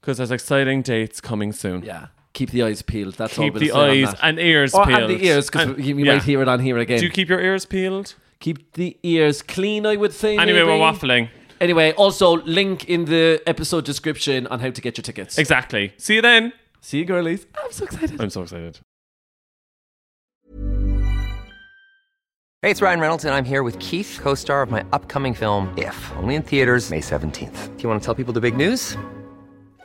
because there's exciting dates coming soon. yeah, keep the eyes peeled. That's all Keep we'll the say on eyes that. and ears or peeled. and the ears because And- you, you yeah. might hear it on here again. Do you keep your ears peeled? keep the ears clean, I would say. Anyway, maybe. we're waffling. Anyway, also link in the episode description on how to get your tickets. Exactly. See you then. See you, girlies. I'm so excited. I'm so excited. Hey, it's Ryan Reynolds, and I'm here with Keith, co star of my upcoming film, If, only in theaters, May 17th. Do you want to tell people the big news?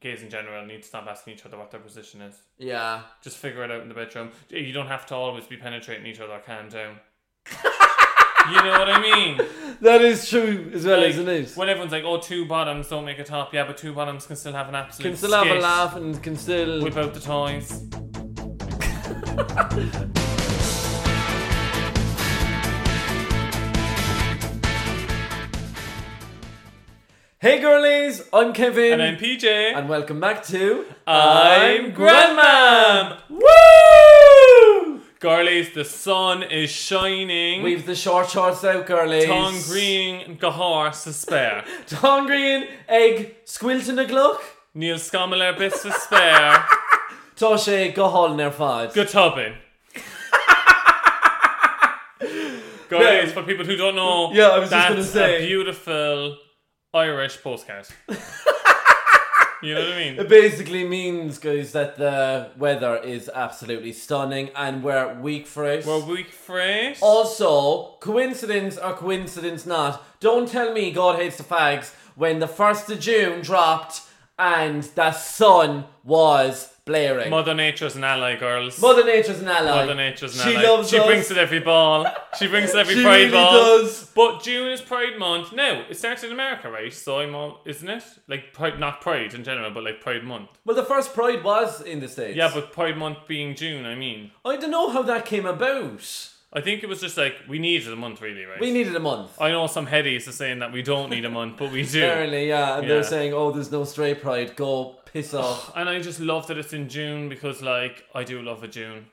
gays in general, need to stop asking each other what their position is. Yeah. Just figure it out in the bedroom. You don't have to always be penetrating each other. Calm down. you know what I mean? That is true as well, Like, isn't it? When everyone's like, "Oh, two bottoms don't make a top," yeah, but two bottoms can still have an absolute. Can still have a skit. laugh and can still. Whip out the toys. Hey, girlies. I'm Kevin. And I'm PJ. And welcome back to I'm Grandmam. Woo! Girlies, the sun is shining. We've the short shorts out, girlies. Tom Green, Gahar, Suspare. Tom Green, egg, squilting a gluck. Neil Scommler, Bit Suspare. Toshe, eh, go hall near five. Good tubbing. Guys, for people who don't know, Yeah, I was just that's gonna say. a beautiful Irish postcard. you know what I mean? It basically means, guys, that the weather is absolutely stunning and we're weak for it. We're week fresh. also, coincidence or coincidence not, don't tell me God hates the fags when the 1st of June dropped and the sun was blaring. Mother Nature's an ally, girls. Mother Nature's an ally. Mother Nature's an she ally. loves she us. brings it every ball. She brings it every She Pride really ball. does. But June is Pride Month. No, it starts in America, right? So I'm all, isn't it? Like Pride, not Pride in general, but like Pride Month. Well, the first Pride was in the States. Yeah, but Pride Month being June, I mean, I don't know how that came about. I think it was just like we needed a month, really, right? We needed a month. I know some headies are saying that we don't need a month, but we do. Apparently, yeah. And they're Yeah. saying, oh, there's no stray pride. Go piss off. And I just love that it's in June because, like, I do love a June.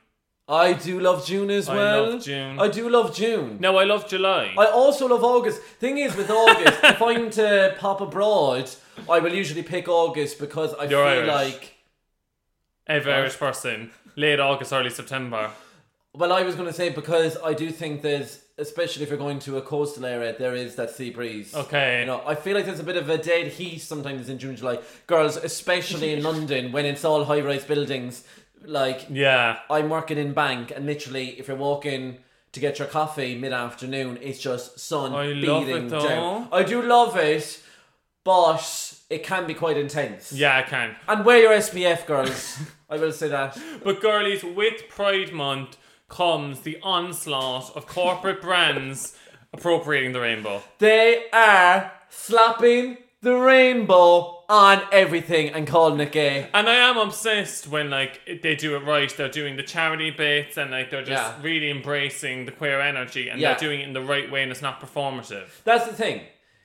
I do love June as I well. love June. I do love June. No, I love July. I also love August. Thing is, with August, if I'm to pop abroad, I will usually pick August because I You're feel Irish. like. Every Irish person, late August, early September. Well, I was going to say because I do think there's, especially if you're going to a coastal area, there is that sea breeze. Okay. You know, I feel like there's a bit of a dead heat sometimes in June, July. Girls, especially in London, when it's all high rise buildings, like Yeah. I'm working in bank, and literally, if you're walking to get your coffee mid afternoon, it's just sun I beating love it though. down. I do love it, but it can be quite intense. Yeah, I can. And wear your SPF, girls. I will say that. But girlies, with Pride Month comes the onslaught of corporate brands appropriating the rainbow. They are slapping the rainbow on everything and calling it gay. And I am obsessed when like they do it right. They're doing the charity bits and like they're just Yeah. really embracing the queer energy and Yeah. they're doing it in the right way and it's not performative. That's the thing.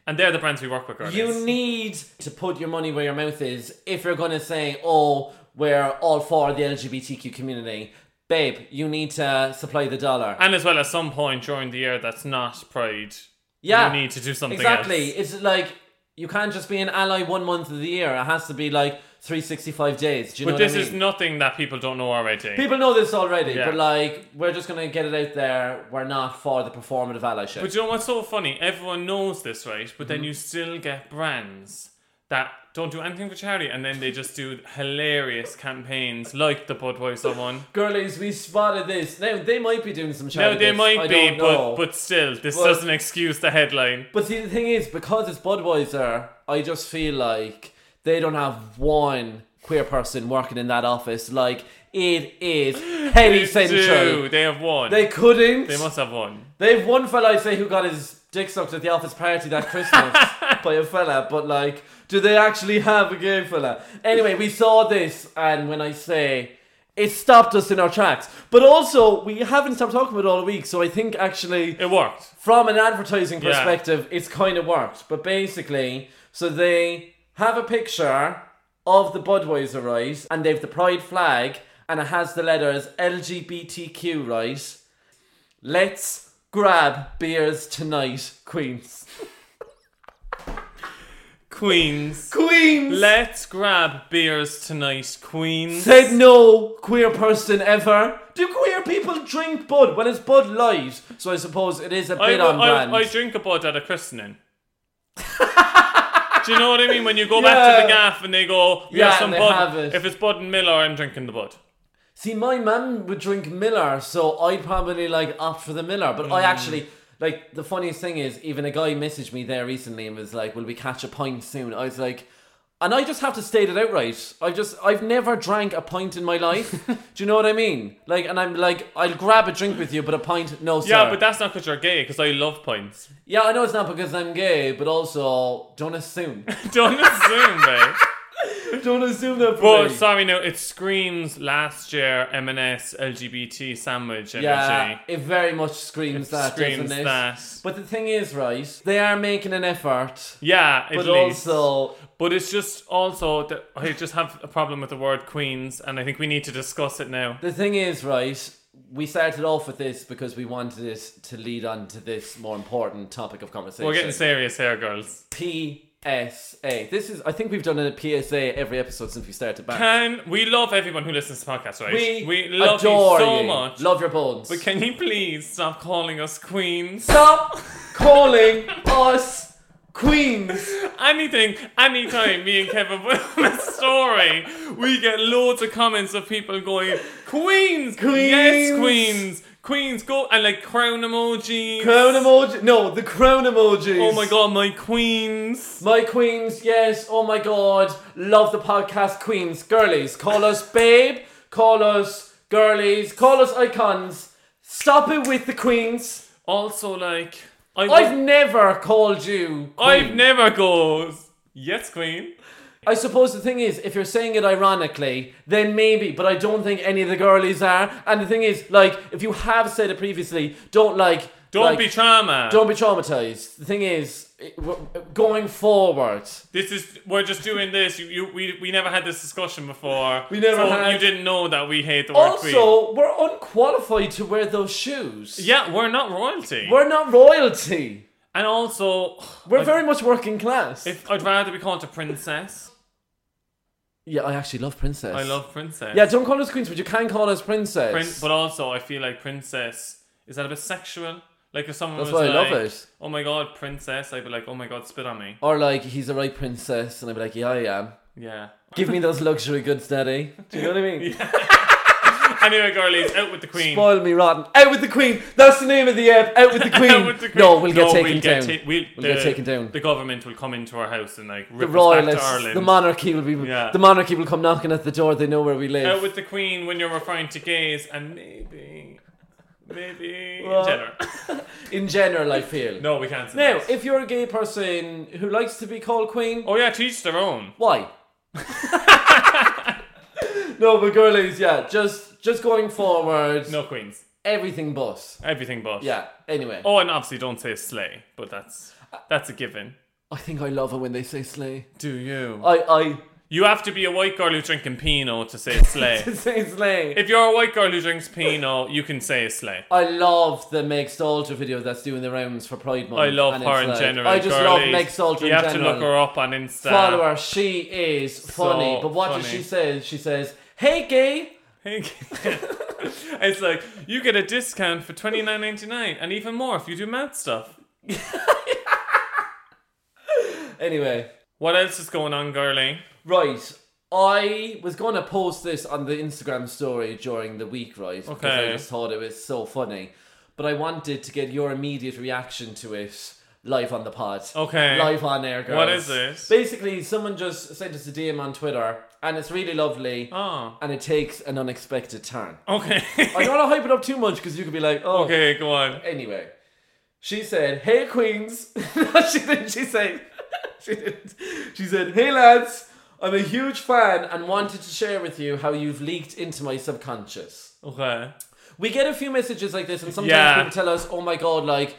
And they're the brands we work with, girlies. You need to put your money where your mouth is if you're going to say, oh, we're all for the LGBTQ community. Babe, you need to supply the dollar. and as well, at some point during the year that's not Pride, Yeah, you need to do something exactly. else. It's like You can't just be an ally one month of the year. It has to be like 365 days. Do you know But what I this is mean? nothing that people don't know already. People know this already, Yeah. but like, we're just gonna get it out there. We're not for the performative allyship. But you know what's so funny? Everyone knows this, right? But Mm-hmm. then you still get brands that don't do anything for charity and then they just do hilarious campaigns like the Budweiser one. Girlies, we spotted this. Now they might be doing some charity. No, they bits, I might be, don't know. but, but still, this But- doesn't excuse the headline. But see, the thing is, because it's Budweiser, I just feel like they don't have one queer person working in that office. Like it is heady do. central. They have one. They They, couldn't. must have one. They've one fella I say who got his dick sucked at the office party that Christmas by a fella, but like, do they actually have a gay fella? Anyway, we saw this, and when I say it stopped us in our tracks, but also we haven't stopped talking about it all week, so I think actually It worked. from an advertising Yeah. perspective, it's kind of worked. But basically, so they have a picture of the Budweiser, right? And they've the pride flag, and it has the letters LGBTQ, right? Let's grab beers tonight, Queens. Queens. Queens! Let's grab beers tonight, Queens. Said no queer person ever. Do queer people drink Bud? Well, it's Bud Light, so I suppose it is a I, bit on I- brand. I drink a bud at a christening. Do you know what I mean? When you go back to the Yeah. gaff and they go, we Yeah, have some and they bud. have it. If it's bud and Miller, I'm drinking the bud. See, my mum would drink Miller, so I'd probably like opt for the Miller. But Mm. I actually like the funniest thing is even a guy messaged me there recently and was like, "Will we catch a pint soon?" I was like. And I just have to state it outright. I just I've never drank a pint in my life. Do you know what I mean? Like, and I'm like, I'll grab a drink with you, but a pint, no, sir. Yeah, but that's not because you're gay. Because I love pints. yeah, I know it's not because I'm gay, but also don't assume. Don't assume, babe. don't assume that. Well, For me. sorry, no. It screams last year M&S LGBT sandwich energy. Yeah, it very much screams that, screams doesn't it? that. But the thing is, right? They are making an effort. Yeah, at but least. also But it's just also that I just have a problem with the word queens, and I think we need to discuss it now. the thing is right we started off with this because we wanted it to lead on to this more important topic of conversation We're getting serious here, girls. psa this is i think we've done a psa every episode since we started back Can we love everyone who listens to podcasts, right? we, love adore you so much. love your bones but can you please stop calling us queens? stop calling us queens Anything, anytime me and Kevin put on a story, we get loads of comments of people going, Queens! Queens." Yes, Queens! Queens, go! And like crown emojis. crown emoji no the crown emojis Oh my god, my queens! my queens, yes, oh my god, love the podcast queens, girlies. Call us babe, call us girlies, call us icons. Stop it with the queens. Also, like, I I've would- never called you. I've queen. never goes, Yes, Queen. I suppose the thing is, if you're saying it ironically, then maybe, but I don't think any of the girlies are. And the thing is, like, if you have said it previously, don't like. Don't like, be trauma. Don't be traumatized. The thing is, it- w- going forward, This is we're just doing this. You, you we, we never had this discussion before. We never so had- You didn't know that we hate the word queen. Also, we're unqualified to wear those shoes. Yeah, we're not royalty. We're not royalty. and also, We're I'd, very much working class. if- I'd rather be called a princess. yeah, I actually love princess. I love princess. Yeah, don't call us queens, but you can call us princess. Prin- but also, I feel like princess is that a bit sexual? Like if someone That's was why I love like, it. "Oh my god, princess," I'd be like, "Oh my god, spit on me." or like, he's the right princess, and I'd be like, yeah, I am. Yeah. Give me those luxury goods, daddy. Do you know what I mean? anyway, girlies, out with the queen. Spoil me rotten. Out with the queen. That's the name of the app. Out with the queen. Out with the queen. No, we'll get No, taken we'll down. ta- we'll We'll get taken down. The government will come into our house and like the rip us back to royalists, Ireland. the monarchy will be. Yeah. The monarchy will come knocking at the door. They know where we live. out with the queen when you're referring to gays and maybe maybe Well- in general. In general, I feel. no we can't say Now, that. if you're a gay person who likes to be called queen, oh yeah teach their own why? no, but girlies, yeah, just just going forward, no queens everything but. everything but Yeah. Anyway, oh and obviously don't say slay but that's that's a given I think I love it when they say slay. do you I I You have to be a white girl who's drinking Pinot to say slay. Say slay. if you're a white girl who drinks Pinot, you can say slay. I love the Meg Stalter video that's doing the rounds for Pride Month. I love Mm, and her it's in like- general. I just love girlies. Meg Stalter You in have general. to look her up on Insta. Follow her. She is funny. but what does funny. she say? She says, "Hey, gay." it's like you get a discount for twenty nine ninety nine, and even more if you do mad stuff. Anyway, What else is going on, girly? right. I was going to post this on the Instagram story during the week, right? Because I Okay. just thought it was so funny, but I wanted to get your immediate reaction to it live on the pod. Okay. Live on air, girls. What is this? Basically, someone just sent us a DM on Twitter, and it's really lovely. Oh, and it takes an unexpected turn. okay. I don't want to hype it up too much because you could be like, oh. okay, go on. Anyway, she said, "Hey Queens." no, she didn't. She said, she didn't. She said, "Hey lads, I'm a huge fan and wanted to share with you how you've leaked into my subconscious." Okay. We get a few messages like this, and sometimes Yeah. people tell us, "Oh my god, like."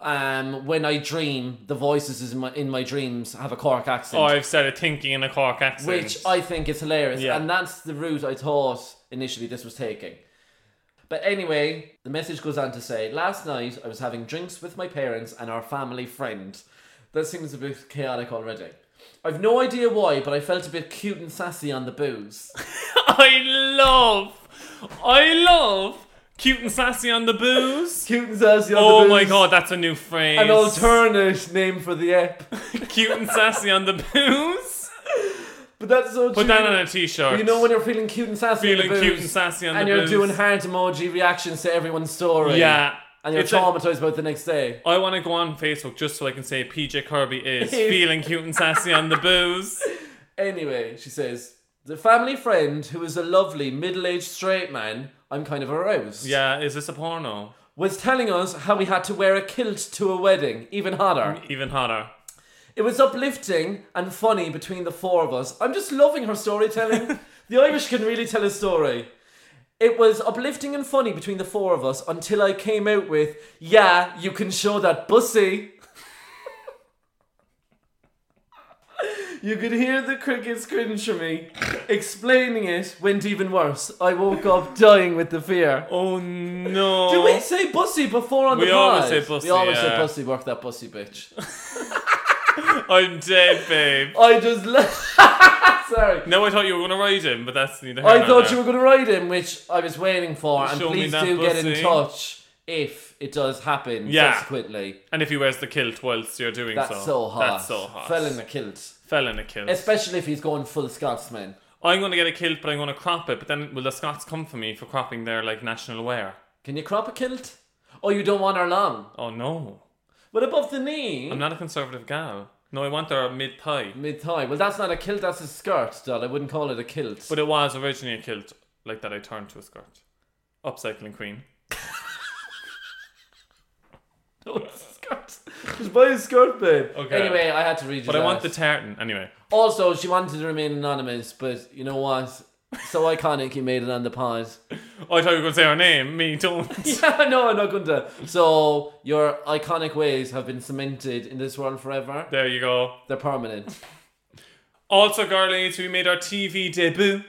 Um, when I dream, the voices in my, in my dreams have a Cork accent. Oh, I've started thinking in a Cork accent. Which I think is hilarious. Yeah. And that's the route I thought initially this was taking. But anyway, the message goes on to say Last night I was having drinks with my parents and our family friend. That seems a bit chaotic already. I've no idea why, but I felt a bit cute and sassy on the booze. I love, I love cute and sassy on the booze. cute and sassy on the Oh booze. my god, that's a new phrase. An alternate name for the app. cute and sassy on the booze. But that's so Put that on a t-shirt. You know when you're feeling cute and sassy on Feeling the booze. cute and sassy on the And you're booze. doing heart emoji reactions to everyone's story. Yeah. And you're It's like- traumatized about the next day. I want to go on Facebook just so I can say PJ Kirby is Is. feeling cute and sassy on the booze. Anyway, she says, the family friend who is a lovely middle aged straight man, I'm kind of aroused, Yeah, is this a porno? was telling us how we had to wear a kilt to a wedding, even hotter. Even hotter. It was uplifting and funny between the four of us. I'm just loving her storytelling. the Irish can really tell a story. It was uplifting and funny between the four of us until I came out with, yeah, you can show that bussy. you could hear the crickets cringe for me. Explaining it went even worse. I woke up dying with the fear. Oh no. Do we say bussy before on We the pod? always say bussy, We always say yeah. bussy, work that bussy, bitch. I'm dead, babe. I just left. Sorry. No, I thought you were gonna ride him, but that's neither. here I nor thought there. you were going to ride him, which I was waiting for. And Show me please that do get in pussy. touch if it does happen Yeah. subsequently. And if he wears the kilt whilst you're doing That's so, so, hot. That's so hot. Fell in the kilt. Fell in a kilt. Especially if he's going full Scotsman. I'm gonna get a kilt, but I'm gonna crop it. But then will the Scots come for me for cropping their like national wear? Can you crop a kilt? Oh, you don't want her long. Oh no, But above the knee, I'm not a conservative gal. No, I want their mid thigh. mid thigh. Well, that's not a kilt, that's a skirt, doll. I wouldn't call it a kilt. But it was originally a kilt like that. I turned to a skirt. Upcycling queen. skirt. Just buy a skirt, babe. Okay. Anyway, I had to read you But I that. want the tartan anyway. Also, she wanted to remain anonymous, but you know what? So iconic you made it on the pod. Oh, I thought you were gonna say her name. Me don't. Yeah, no, I'm not going to. So, your iconic ways have been cemented in this world forever. there you go. They're permanent. Also, girlies, we made our TV debut.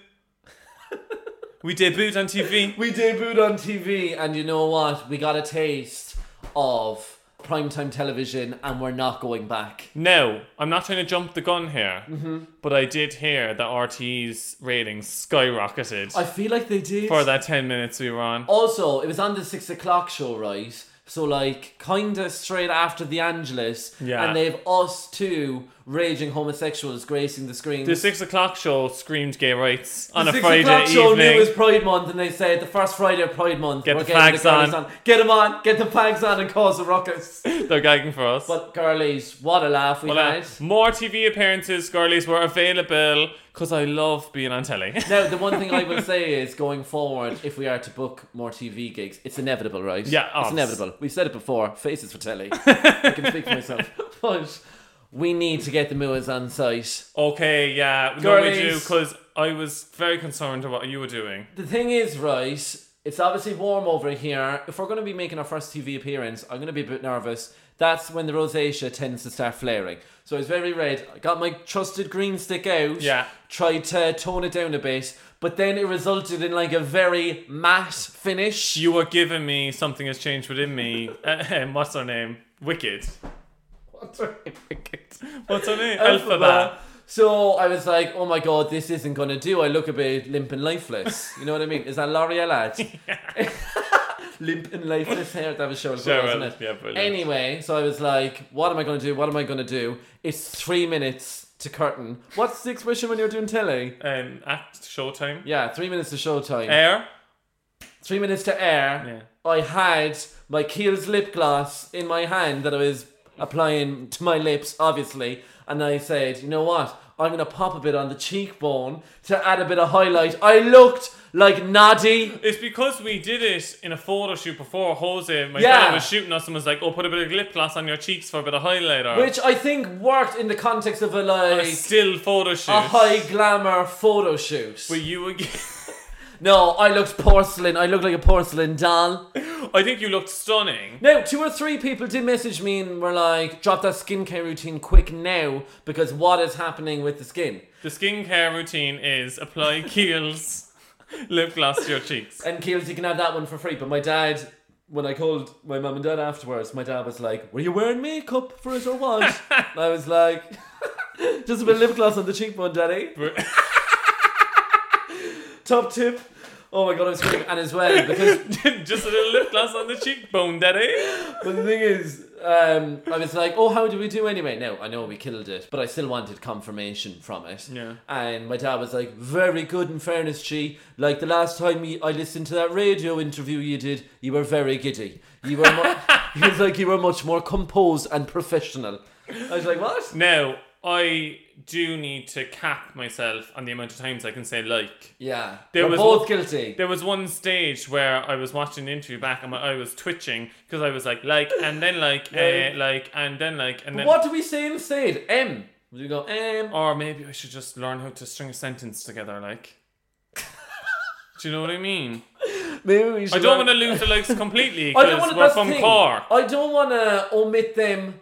we debuted on TV. We debuted on TV, and you know what? We got a taste of primetime television, and we're not going back. Now, I'm not trying to jump the gun here, Mm-hmm. but I did hear that RT's ratings skyrocketed I Oh. feel like they did. for that 10 minutes we were on. Also, it was on the six o'clock show, right? So, like, kinda straight after The Angelus, Yeah. and they've us two raging homosexuals gracing the screens. The 6 o'clock show screamed gay rights on The a six Friday o'clock show knew it was evening. Pride Month, and they said the first Friday of Pride Month, Get we're the getting fags girlies on. Get them on, get the fags on, and cause a ruckus. They're gagging for us. but girlies, what a laugh we Well, uh, had. more TV appearances, girlies, were available because I love being on telly. Now, the one thing I will say is, going forward, if we are to book more TV gigs, it's inevitable, right? Yeah, it's obs. inevitable. We've said it before. Faces for telly. I can speak for myself, but we need to get the moors on site. okay, yeah, no, we do Girlies. because I was very concerned about what you were doing. The thing is, right? It's obviously warm over here. If we're going to be making our first TV appearance, I'm going to be a bit nervous. That's when the rosacea tends to start flaring. So I was very red. I got my trusted green stick out. Yeah. Tried to tone it down a bit, but then it resulted in like a very matte finish. You were giving me something has changed within me. Ahem, What's her name? Wicked. What's her name? Alphaba. So I was like, oh my god, this isn't gonna do. I look a bit limp and lifeless. You know what I mean? Is that L'Oreal ad? limp and lifeless hair. That was Cheryl, Cheryl, Crow, wasn't it? yeah, brilliant. Anyway, so I was like, what am I gonna do? What am I gonna do? It's three minutes to curtain. What's the expression when you're doing telly? Um, at Showtime. Yeah, three minutes to showtime. Air. Three minutes to air. I had my Kiehl's lip gloss in my hand that I was applying to my lips, obviously, and I said, you know what? I'm gonna pop a bit on the cheekbone to add a bit of highlight. I looked like Noddy. It's because we did it in a photo shoot before. Jose, my Yeah. friend, was shooting us and was like, "Oh, put a bit of lip gloss on your cheeks for a bit of highlighter." Which I think worked in the context of a Oh. a like still photo shoot. a high glamour photo shoot. But you again. No, I looked porcelain. I looked like a porcelain doll. I think you looked stunning. Now, two or three people did message me and were like, drop that skincare routine quick now because what is happening with the skin? The skincare routine is apply Kiehl's lip gloss to your cheeks. And Kiehl's, you can have that one for free. But my dad, when I called my mum and dad afterwards, my dad was like, were you wearing makeup for it or what? and I was like, just a bit of lip gloss on the cheekbone, daddy. Top tip. Oh my god, I was screaming. And as well, because Just a little lip gloss on the cheekbone, daddy. But the thing is, um, I was like, oh, how do we do anyway? No, I know we killed it, but I still wanted confirmation from it. Yeah. And my dad was like, very good in fairness, G. Like the last time ye- I listened to that radio interview you did, you were very giddy. You were mu- he was like, you were much more composed and professional. I was like, what? Now, I do need to cap myself on the amount of times I can say like. Yeah. There We're was both one- guilty. There was one stage where I was watching the interview back and my I was twitching because I was like, like, and then like, eh, like, and then like, and then. what do we say instead? M. Do we go, M? Or maybe I should just learn how to string a sentence together, like. Do you know what I mean? Maybe we should I don't learn- want to lose the likes completely I don't want because to. we're That's the from thing. Cork. I don't want to omit them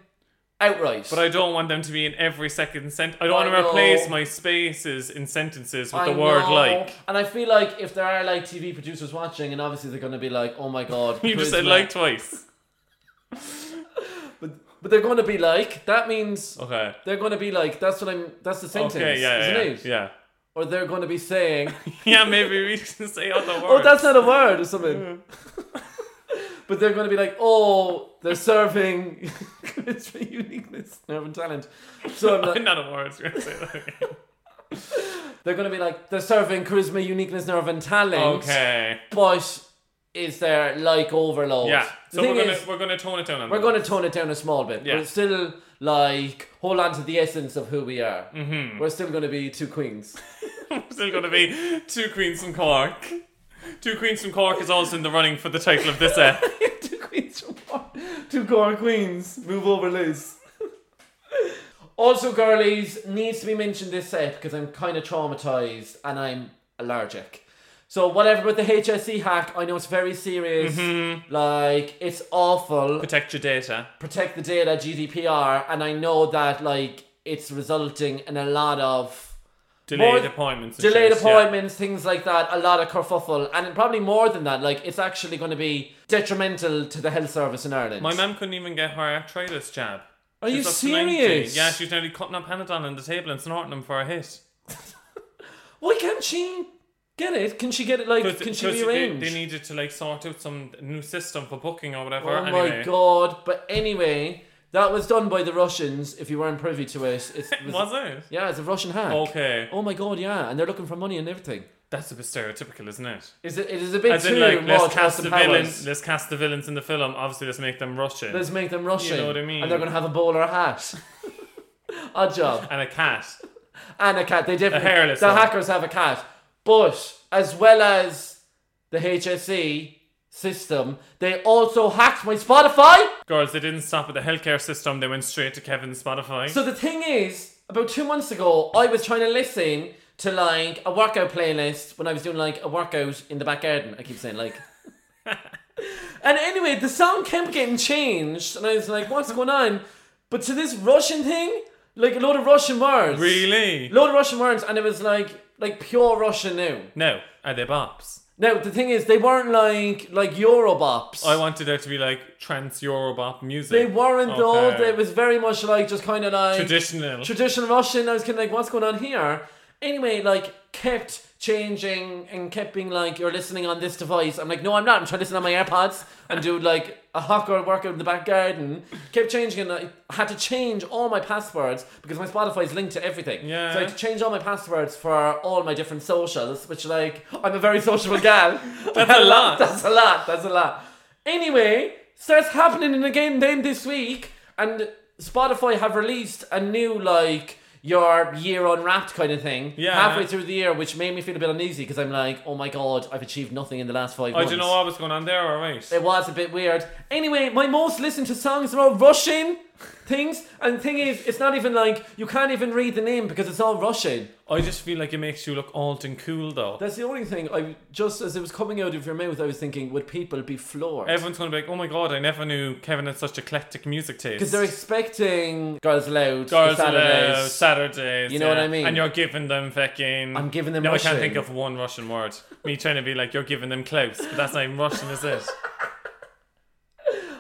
outright. But I don't want them to be in every second sentence. I don't I want to know. replace my spaces in sentences with I the word know. like. And I feel like if there are like TV producers watching, and obviously they're going to be like, "Oh my god," You just said charisma. like twice. But they're going to be like, that means Okay. they're going to be like, "That's what I'm." That's the sentence, Oh. Okay, yeah, isn't yeah, it? yeah. Or they're going to be saying, Yeah, maybe we can say other words. "Oh, that's not a word" or something. but they're going to be like, "Oh, they're serving charisma, uniqueness, nerve, and talent." So I'm like, not a word. You're gonna say that again. They're going to be like, they're serving charisma, uniqueness, nerve, and talent. Okay. But is there like overload? Yeah. The So thing we're gonna is, we're gonna tone it down on we're that. going to tone it down a small bit. Yeah. We're still like, hold on to the essence of who we are. Mm-hmm. We're still going to be two queens. still gonna be two queens from Cork. Two queens from Cork is also in the running for the title of this uh, app. two queens from Cork. Two core queens. Move over, Liz. also, girlies, needs to be mentioned this set because I'm kind of traumatized and I'm allergic. So, whatever with the HSE hack, I know it's very serious. Like, it's awful. Protect your data. protect the data GDPR, and I know that like it's resulting in a lot of Delayed More- appointments. and delayed shit, yeah. appointments, things like that, a lot of kerfuffle, and probably more than that. Like it's actually going to be detrimental to the health service in Ireland. My mum couldn't even get her arthritis jab. Are you She's up to 90. serious? Yeah, she was nearly cutting up Panadol on the table and snorting them for a hit. Why can't she get it? Can she get it? Like, can she they, rearrange? they needed to like sort out some new system for booking or whatever. oh anyway. my god! But anyway, that was done by the Russians. If you weren't privy to it, it's, it was, Was it? yeah, it's a Russian hack. Okay. Oh my god! Yeah, and they're looking for money and everything. That's a bit stereotypical, isn't it? Is it? It is a bit As too in, like, let's much cast Austin the Powers. villains. Let's cast the villains in the film. Obviously, let's make them Russian Let's make them Russian. You know what I mean. And they're going to have a bowler hat. Odd job. and a cat. And a cat. They definitely. A hairless the one. hackers have a cat. But as well as the HSE system, they also hacked my Spotify. Girls, they didn't stop at the healthcare system. They went straight to Kevin's Spotify. So the thing is, about two months ago, I was trying to listen to like a workout playlist when I was doing like a workout in the back garden. I keep saying like. and anyway, the song kept getting changed, and I was like, "What's going on?" But to this Russian thing, like a load of Russian words. Really? Load of Russian words, and it was like like pure Russian now. No, are they bops? Now the thing is, they weren't like like Eurobops. I wanted there to be like trans Eurobop music. They weren't though. Okay. It was very much like just kind of like Traditional. traditional Russian. I was kind of like, what's going on here? Anyway, like kept changing and kept being like, you're listening on this device. I'm like, no, I'm not. I'm trying to listen on my AirPods and do like a hawker workout in the back garden. Kept changing and I had to change all my passwords because my Spotify's linked to everything. Yeah. So I had to change all my passwords for all my different socials, which like I'm a very sociable gal. That's a lot. That's a lot. That's a lot. Anyway, starts happening in again then this week, and Spotify have released a new like your year unwrapped kind of thing. Yeah. Halfway through the year, which made me feel a bit uneasy because I'm like, oh my god, I've achieved nothing in the last five I months. don't Oh, know what was going on there, alright. It was a bit weird. Anyway, my most listened to songs are all Russian things, and the thing is, it's not even like you can't even read the name because it's all Russian. I just feel like it makes you look alt and cool though. That's the only thing. I just as it was coming out of your mouth, I was thinking, would people be floored? Everyone's gonna be like, oh my god, I never knew Kevin had such eclectic music taste. Because they're expecting girls loud, Girls Saturdays. Saturdays. Saturdays. You know yeah. what I mean? And you're giving them fucking. I'm giving them No, I Russian. can't think of one Russian word. Me trying to be like, you're giving them close, but that's not even Russian, is it?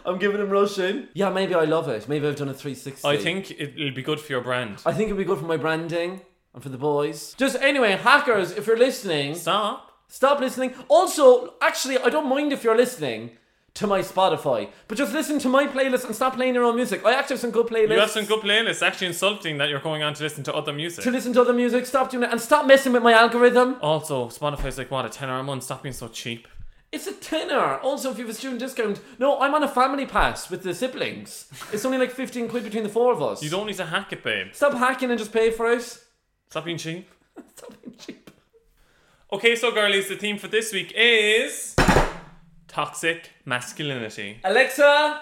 I'm giving them Russian. Yeah, maybe I love it. Maybe I've done a 360. I think it'll be good for your brand. I think it'd be good for my branding and for the boys. Just anyway, hackers, if you're listening, Stop. stop listening. Also, actually, I don't mind if you're listening to my Spotify, but just listen to my playlist and stop playing your own music. I actually have some good playlists. You have some good playlists. Actually, insulting that you're going on to listen to other music. To listen to other music, stop doing it, and stop messing with my algorithm. also, Spotify's like what a tenner a month. Stop being so cheap. It's a tenner. Also, if you have a student discount, no, I'm on a family pass with the siblings. It's only like 15 quid between the four of us. You don't need to hack it, babe. Stop hacking and just pay for it. Stop being cheap. Stop being cheap. Okay, so girlies, the theme for this week is toxic masculinity. Alexa,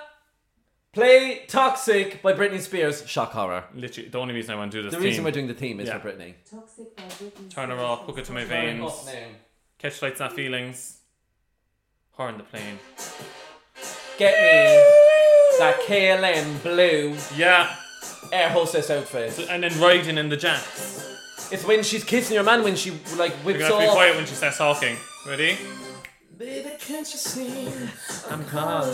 play Toxic by Britney Spears. Shock horror. Literally, the only reason I want to do this The theme. reason we're doing the theme is Yeah. for Britney. Turn her off, hook it to my veins. Catch lights, not feelings. Horn the plane. Get me that KLM blue Yeah, air hostess outfit. and then riding in the jacks. It's when she's kissing your man when she like You're whips gonna have to be off. quiet when she starts talking. Ready? I'm calling.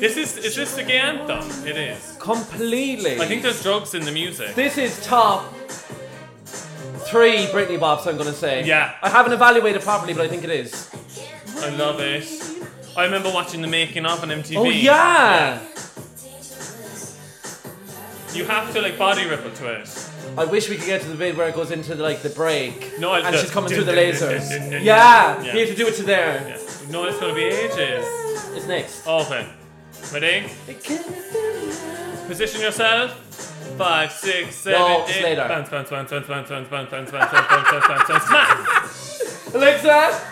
This is is this the gay anthem? It is. Completely. I think there's drugs in the music. This is top three Britney bops. I'm gonna say. Yeah. I haven't evaluated properly, but I think it is. I love it. I remember watching the making of on MTV. Oh yeah. You have to like body ripple to it. I wish we could get to the bit where it goes into the, like the break. No, and the- she's coming dun, through the dun, dun, dun, dun, lasers. dun, Yeah, dun. you have to do it to there. Yeah. No, it's gonna be ages. It's next. Open. Ready? Position yourself. Five, six, seven, No, it's eight. later. Bounce, bounce, bounce, bounce, bounce, bounce, bounce, bounce, bounce, bounce, bounce, bounce, bounce, bounce. Smack! Alexa,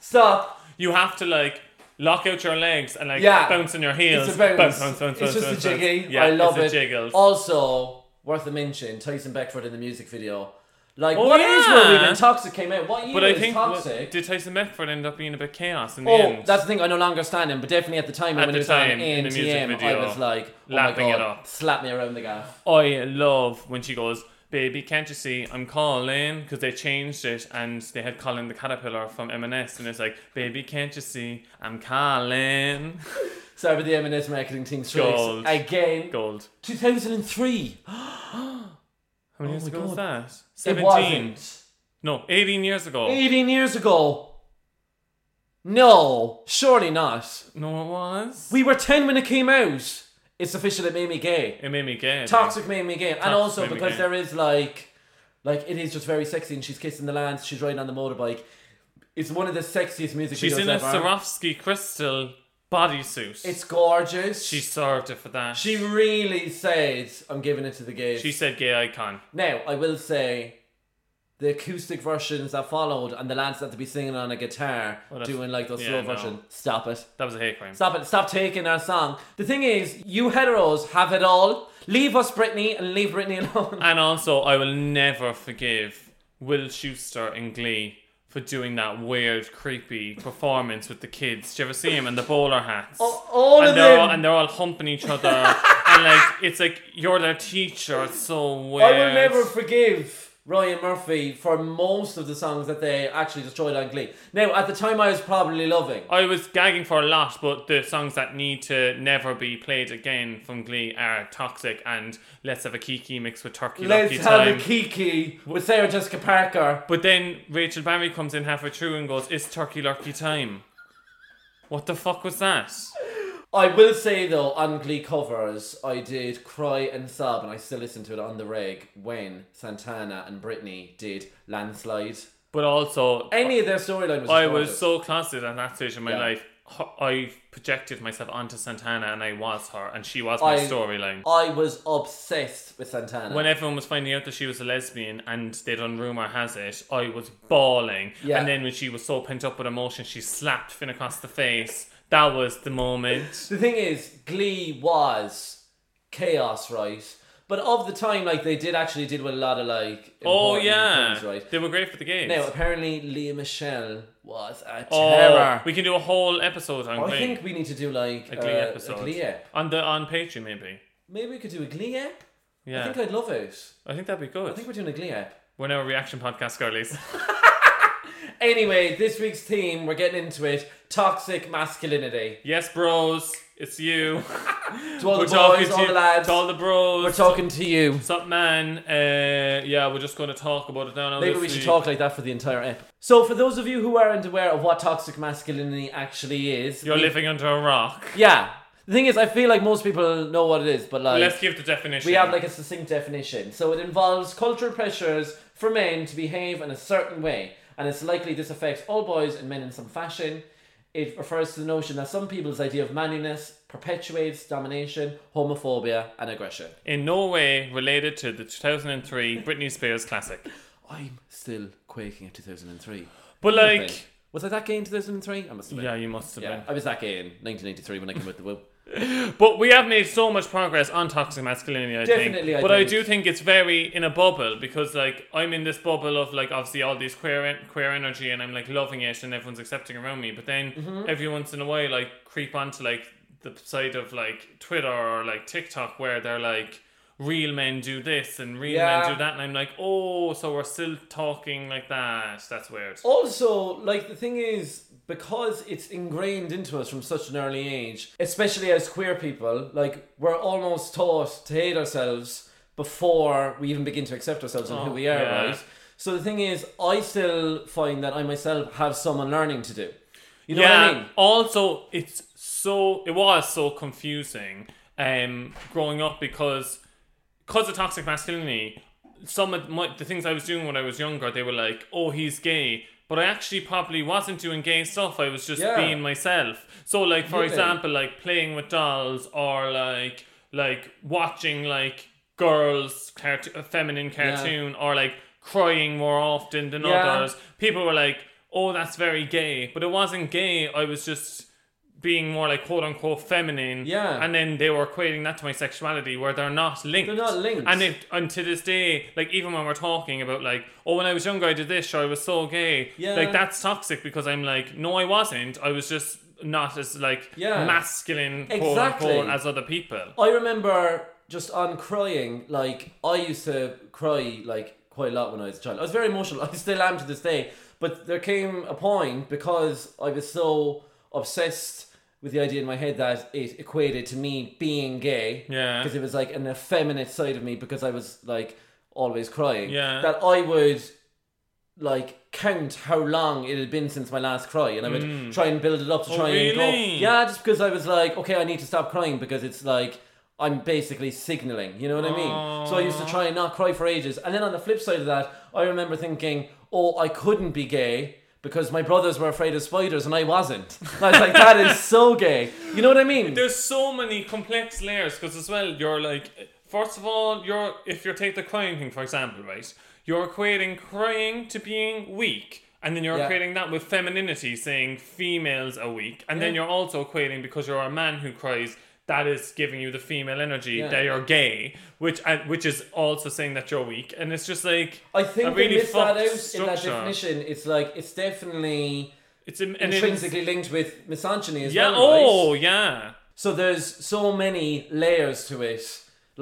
stop. You have to like lock out your legs and like Yeah. bounce on your heels. It's a bounce. Bounce, bounce, it's bounce, bounce, just bounce, a jiggy. bounce. Yeah, I love it's it. A jiggles. Also, worth a mention, Tyson Beckford in the music video. Like, Oh, what age were we yeah. when Toxic came out? What year but I was think well, Toxic? did Tyson Beckford end up being a bit chaos in the Oh, end? that's the thing. I no longer stand him, but definitely at the time At when the it was time, on in the music ANTM, I video, was like, oh my lapping it god, up. slap me around the gaff. I love when she goes, "Baby, can't you see I'm calling?" Because they changed it and they had Colin the Caterpillar from M&S, and it's like, "Baby, can't you see I'm calling?" Sorry, but the M&S marketing team strikes Gold. again. Gold. 2003. How many years my ago was God. that? It Seventeen. wasn't. No, eighteen years ago. 18 years ago. No, surely not. No, it was. We were 10 when it came out. It's official, it made me gay. It made me gay. Toxic made me gay. And Toxic also made me because gay. there is like, like it is just very sexy and she's kissing the lands, she's riding on the motorbike. It's one of the sexiest music She's videos in a ever. Swarovski crystal bodysuit. it's gorgeous. she served it for that. she really said, I'm giving it to the gays. she said gay icon. Now, I will say the acoustic versions that followed and the lads that to be singing on a guitar Oh, that's- doing like the yeah, slow no. version. Stop it. That was a hate crime. Stop it. Stop taking our song. The thing is, you heteros have it all. Leave us Britney and leave Britney alone. And also, I will never forgive Will Schuster in Glee for doing that weird, creepy performance with the kids. Do you ever see him in the bowler hats? all and of they're them. All, and they're all humping each other, and like it's like you're their teacher. It's so weird. I will never forgive Ryan Murphy for most of the songs that they actually destroyed on Glee. Now, at the time, I was probably loving. I was gagging for a lot, but the songs that need to never be played again from Glee are Toxic and Let's Have a Kiki mixed with Turkey Let's Lucky have Time. a Kiki with Sarah Jessica Parker. But then Rachel Barry comes in halfway through and goes, It's turkey lurkey time. What the fuck was that? I will say though, on Glee covers, I did cry and sob, and I still listen to it on the reg when Santana and Britney did Landslide. But also, Any of their storyline was. I was atrocious. so closeted at that stage in my Yeah. life. Ho- I projected myself onto Santana and I was her, and she was my I- storyline. I was obsessed with Santana. When everyone was finding out that she was a lesbian and they done rumor has it, I was bawling. Yeah. And then when she was so pent up with emotion, she slapped Finn across the face. That was the moment. the thing is, Glee was chaos, right? But of the time, like they did actually did with a lot of like. oh important yeah, things, right. they were great for the games. Now apparently, Leah Michelle was a Oh, terror. We can do a whole episode on I Glee. think we need to do like a Glee uh, episode. A Glee app. On the on Patreon maybe. Maybe we could do a Glee app. Yeah. I think I'd love it. that'd be good. I think we're doing a Glee app. we're now a reaction podcast, girlies. Anyway, this week's theme, we're getting into it toxic masculinity. yes, bros, it's you. To all the boys, all to the lads, to all the bros. we're talking to you. What's up, man? Uh, yeah, we're just going to talk about it now. Maybe we should talk like that for the entire app. So, for those of you who aren't aware of what toxic masculinity actually is, You're we- living under a rock. Yeah. The thing is, I feel like most people know what it is, but like. Let's give the definition. We have like a succinct definition. So it involves cultural pressures for men to behave in a certain way, and it's likely this affects all boys and men in some fashion. It refers to the notion that some people's idea of manliness perpetuates domination, homophobia, and aggression. in no way related to the 2003 Britney Spears classic. I'm still quaking at 2003. But like, was I that gay in 2003? I must have been. yeah, you must have Yeah, been. I was that gay in 1983 when I came out the womb. But we have made so much progress on toxic masculinity, I Definitely, think. I but I think. do think it's very in a bubble because, like, I'm in this bubble of like obviously all these queer en- queer energy, and I'm like loving it, and everyone's accepting around me. But then Mm-hmm. every once in a while, like, creep onto like the side of like Twitter or like TikTok where they're like. Real men do this and real Yeah. men do that, and I'm like, oh, so we're still talking like that. That's weird. Also, like the thing is, because it's ingrained into us from such an early age, especially as queer people, like we're almost taught to hate ourselves before we even begin to accept ourselves and who we are, yeah. right? So the thing is, I still find that I myself have some unlearning to do. You know yeah. what I mean? Also, it's so it was so confusing um growing up because because of toxic masculinity. Some of my, the things I was doing when I was younger, they were like, "Oh, he's gay," but I actually probably wasn't doing gay stuff. I was just Yeah. being myself. So, like for Really? example, like playing with dolls or like like watching like girls carto- a feminine cartoon or like crying more often than Yeah. others people were like, "Oh, that's very gay," but it wasn't gay. I was just being more like quote unquote feminine. Yeah. And then they were equating that to my sexuality, where they're not linked. They're not linked. And it, and to this day, like even when we're talking about like, oh, when I was younger, I did this, or I was so gay. Yeah. Like that's toxic because I'm like, no, I wasn't. I was just not as like Yeah. masculine quote Exactly. unquote as other people. I remember just on crying, like I used to cry like quite a lot when I was a child. I was very emotional. I still am to this day. But there came a point because I was so obsessed with the idea in my head that it equated to me being gay. Yeah. Because it was like an effeminate side of me because I was like always crying. Yeah. That I would like count how long it had been since my last cry and I would try and build it up to try and go. Mm. Oh, really? Yeah, Ah, just because I was like, okay, I need to stop crying because it's like I'm basically signaling, you know what I mean? So I used to try and not cry for ages. And then on the flip side of that, I remember thinking, oh, I couldn't be gay because my brothers were afraid of spiders and I wasn't. And I was like, that is so gay. You know what I mean? There's so many complex layers because as well you're like first of all you're if you take the crying thing for example right you're equating crying to being weak and then you're Yeah. equating that with femininity saying females are weak and then you're also equating because you're a man who cries that is giving you the female energy that you're gay which uh, which is also saying that you're weak and it's just like I think a we really missed that fucked out in that structure. definition. It's like, it's definitely it's an, an intrinsically linked with misogyny as yeah well. right? oh yeah So there's so many layers to it,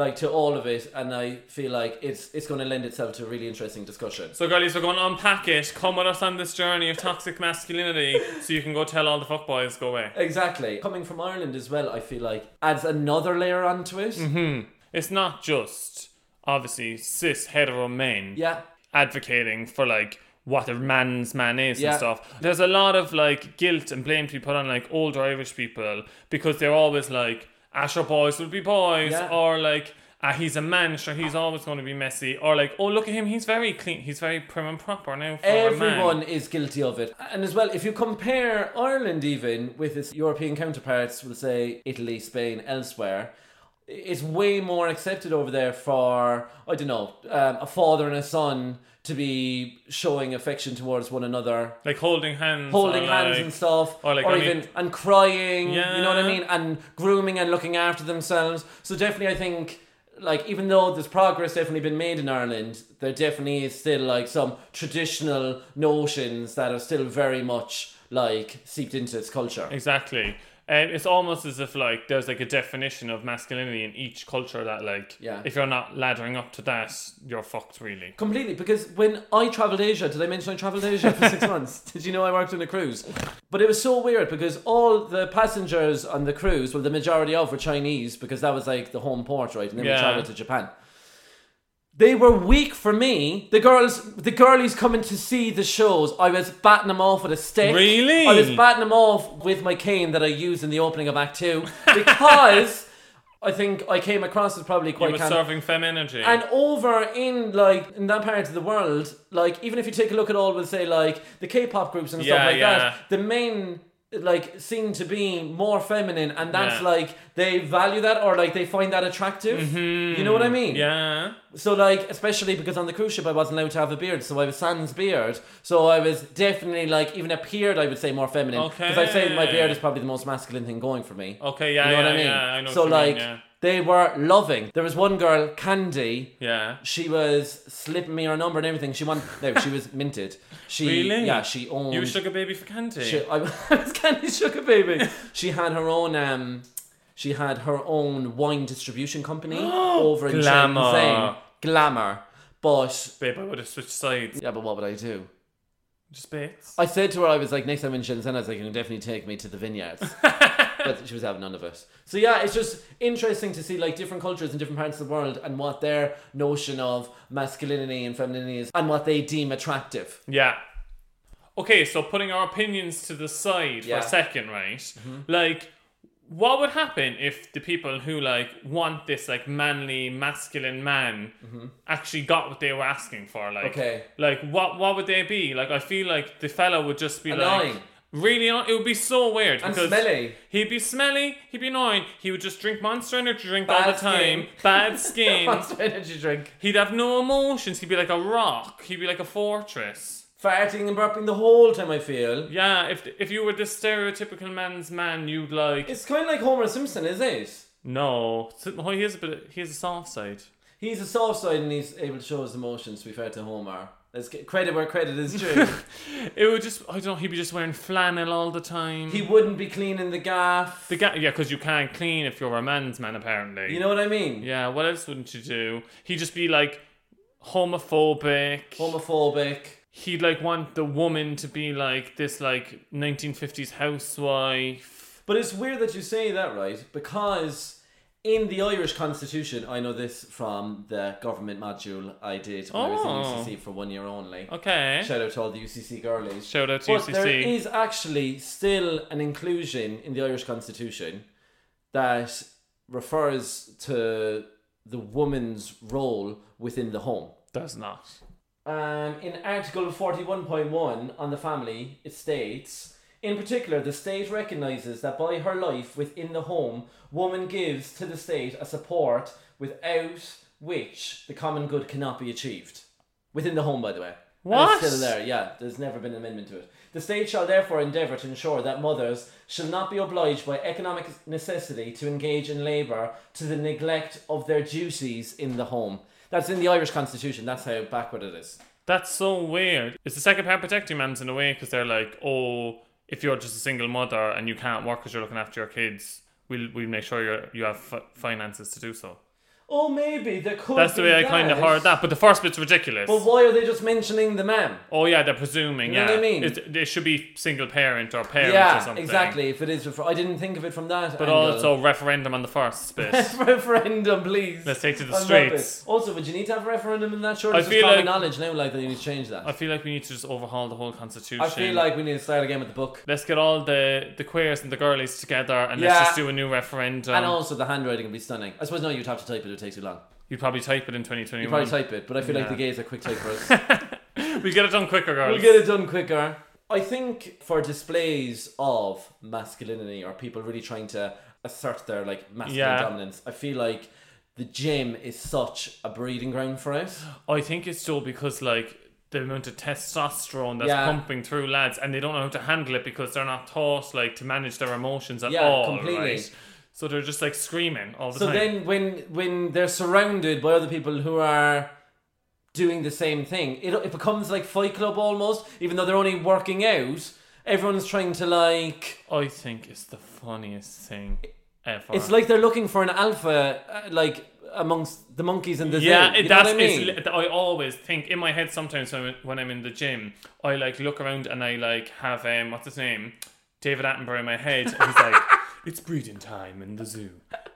like to all of it, and I feel like it's it's going to lend itself to a really interesting discussion. So, girlies, we're going to unpack it. Come with us on this journey of toxic masculinity so you can go tell all the fuckboys go away. Exactly. Coming from Ireland as well, I feel like adds another layer onto it. It's not just, obviously, cis hetero men Yeah. advocating for, like, what a man's man is Yeah. and stuff. There's a lot of, like, guilt and blame to be put on, like, older Irish people because they're always like, Asher boys will be boys, Yeah. or like, ah, he's a man, sure, he's always going to be messy, or like, oh, look at him, he's very clean, he's very prim and proper now. For a Everyone Oh, man. is guilty of it. And as well, if you compare Ireland even with its European counterparts, we'll say Italy, Spain, elsewhere, it's way more accepted over there for, I don't know, um, a father and a son to be showing affection towards one another. Like, holding hands. Holding or, hands Mm, like- and stuff, or like I mean- even and crying, you know what I Yeah. mean, and grooming and looking after themselves. So definitely, I think like even though there's progress definitely been made in Ireland, there definitely is still like some traditional notions that are still very much like seeped into its culture. Exactly. Um, it's almost as if like there's like a definition of masculinity in each culture that like Yeah. if you're not laddering up to that, you're fucked really. Completely, because when I travelled Asia, did I mention I travelled Asia for six months? Did you know I worked on a cruise? But it was so weird because all the passengers on the cruise, well, the majority of were Chinese because that was like the home port, right? And then we Yeah. travelled to Japan. They were weak for me. The girls, the girlies coming to see the shows, I was batting them off with a stick. Really? I was batting them off with my cane that I used in the opening of Act Two because I think I came across as probably You quite. were can- serving femme energy. and over in like in that part of the world, like even if you take a look at all, we'll say like the K-pop groups and Yeah, stuff like yeah. that, the men like seem to be more feminine, and that's Yeah. like they value that or like they find that attractive. You know what I mean? Mm-hmm. yeah. So like, especially because on the cruise ship I wasn't allowed to have a beard, so I was sans beard. So I was definitely like, even appeared I would say more feminine. Because I'd say my Okay. beard is probably the most masculine thing going for me. Okay, yeah, you know yeah, what I mean? yeah, I know so what you mean, like, yeah. they were loving. There was one girl, Candy. Yeah. She was slipping me her number and everything. She won. No, she was minted. She Really? yeah. She owned. You shook a baby for candy. She, I was Candy Sugar Baby. She had her own um, she had her own wine distribution company over in Glamour. Shenzhen. Glamour. But Babe, I would have switched sides. yeah, but what would I do? Just baits. I said to her, I was like, next time in Shenzhen, I was like, you can definitely take me to the vineyards. but she was having none of it. So yeah, it's just interesting to see like different cultures in different parts of the world and what their notion of masculinity and femininity is and what they deem attractive. Yeah. Okay, so putting our opinions to the side Yeah. Mm-hmm. for a second, right? Like, what would happen if the people who like want this like manly, masculine man actually got what they were asking for? Like, Mm-hmm. Okay. like what what would they be? Like, I feel like the fella would just be Annoying. like. Really, anno- it would be so weird And because smelly. he'd be smelly, he'd be annoying, he would just drink Monster Energy drink all Bad the time, skin. bad skin. Monster energy drink. he'd have no emotions. He'd be like a rock. He'd be like a fortress. Farting and burping the whole time, I feel. Yeah, if if you were the stereotypical man's man, you'd like It's kind of like Homer Simpson, is it? no. So- Oh, he is a bit. He has a soft side. He's a soft side and he's able to show his emotions, to be fair to Homer. Let's get credit where credit is due. It would just. I don't. know, He'd be just wearing flannel all the time. he wouldn't be cleaning the gaff. the guy. Yeah, because you can't clean if you're a man's man. Apparently. You know what I mean? Yeah. What else wouldn't you do? He'd just be like homophobic. Homophobic. he'd like want the woman to be like this like 1950s housewife. But it's weird that you say that, right? Because in the Irish Constitution, I know this from the government module I did when I Oh. was in UCC for one year only. Okay. Shout out to all the UCC girlies. Shout out to but There UCC. is actually still an inclusion in the Irish Constitution that refers to the woman's role within the home. Does not. Um, in Article 41.1 on the family, it states In particular, the state recognises that by her life within the home, woman gives to the state a support without which the common good cannot be achieved. Within the home, by the way. And What? It's still there, yeah. There's never been an amendment to it. The state shall therefore endeavour to ensure that mothers shall not be obliged by economic necessity to engage in labour to the neglect of their duties in the home. That's in the Irish Constitution. That's how backward it is. That's so weird. It's the second part protecting mums in a way because they're like, oh, if you're just a single mother and you can't work because you're looking after your kids, we'll we'll make sure you you have f- finances to do so. Oh, maybe there could. That's the be way I kind of that. heard that. But the first bit's ridiculous. But why are they just mentioning the man? oh yeah, they're presuming. You know yeah, what I mean? It, it should be single parent or parent or Yeah, something. exactly. If it is, refer- I didn't think of it from that. But angle. also referendum on the first bit. referendum, please. Let's take to the I love streets. it. Also, would you need to have a referendum in that? Sure, I it's just feel common like- knowledge now. Like that, you need to change that. I feel like we need to just overhaul the whole constitution. I feel like we need to start again with the book. let's get all the the queers and the girlies together and Yeah. let's just do a new referendum. And also, the handwriting would be stunning. I suppose no, you'd have to type it. It would take too long. You'd probably type it in You 2021. probably type it, but I feel like Yeah. the gays are quick typers. we'll get it done quicker, girls. we'll get it done quicker. I think for displays of masculinity or people really trying to assert their like masculine Yeah. dominance, I feel like the gym is such a breeding ground for it. I think it's still because like the amount of testosterone that's Yeah. pumping through lads, and they don't know how to handle it because they're not taught like to manage their emotions at Yeah, all. completely. right? So they're just like screaming all the So time. then when when they're surrounded by other people who are doing the same thing, it it becomes like Fight Club almost, even though they're only working out. Everyone's trying to like I think it's the funniest thing ever. it's like they're looking for an alpha uh, like amongst the monkeys and the yeah, zoo. it- You know that's what I mean? it's, I always think in my head sometimes when, I'm- when I'm in the gym, I like look around and I like have um what's his name, David Attenborough in my head, and he's like, it's breeding time in the zoo,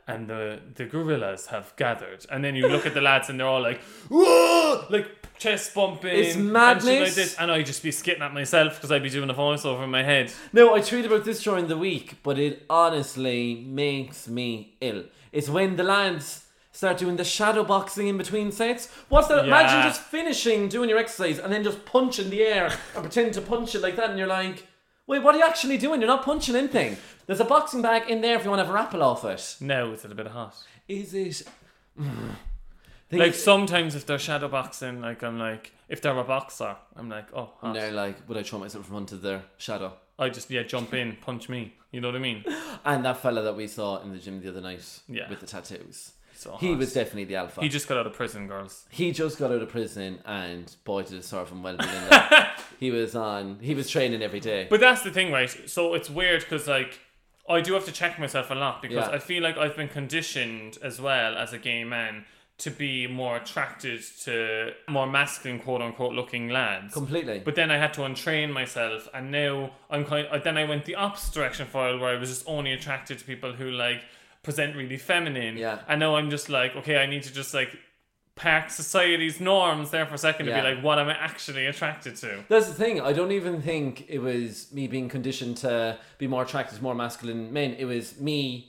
and the the gorillas have gathered, and then you look at the lads and they're all like, whoa, like chest bumping, It's and shit madness. like this, and I just be skitting at myself because I'd be doing a voiceover in my head. No, I tweeted about this during the week, but it honestly makes me ill. It's when the lads start doing the shadow boxing in between sets. What's that? Yeah. Imagine just finishing doing your exercise and then just punch in the air and pretend to punch it like that, and you're like, wait, what are you actually doing? You're not punching anything. There's a boxing bag in there if you want to have a rappel off it. Now it's a bit hot. Is it. Like sometimes if they're shadow boxing, like I'm like, if they're a boxer, I'm like, oh, hot. They're like, would I throw myself from onto their shadow? I just yeah jump in, punch me. You know what I mean? And that fella that we saw in the gym the other night Yeah. with the tattoos. So He hot. was definitely the alpha. He just got out of prison, girls. he just got out of prison and boy did it serve him well within that. he was on he was training every day But that's the thing, right? So it's weird because like I do have to check myself a lot because Yeah. I feel like I've been conditioned as well as a gay man to be more attracted to more masculine, quote unquote, looking lads. completely But then I had to untrain myself, and now I'm kind. uh, Then I went the opposite direction for a while, where I was just only attracted to people who like present really feminine. Yeah. And now I'm just like, okay, I need to just like park society's norms there for a second to Yeah. be like, what am I actually attracted to? that's the thing i don't even think it was me being conditioned to be more attracted to more masculine men it was me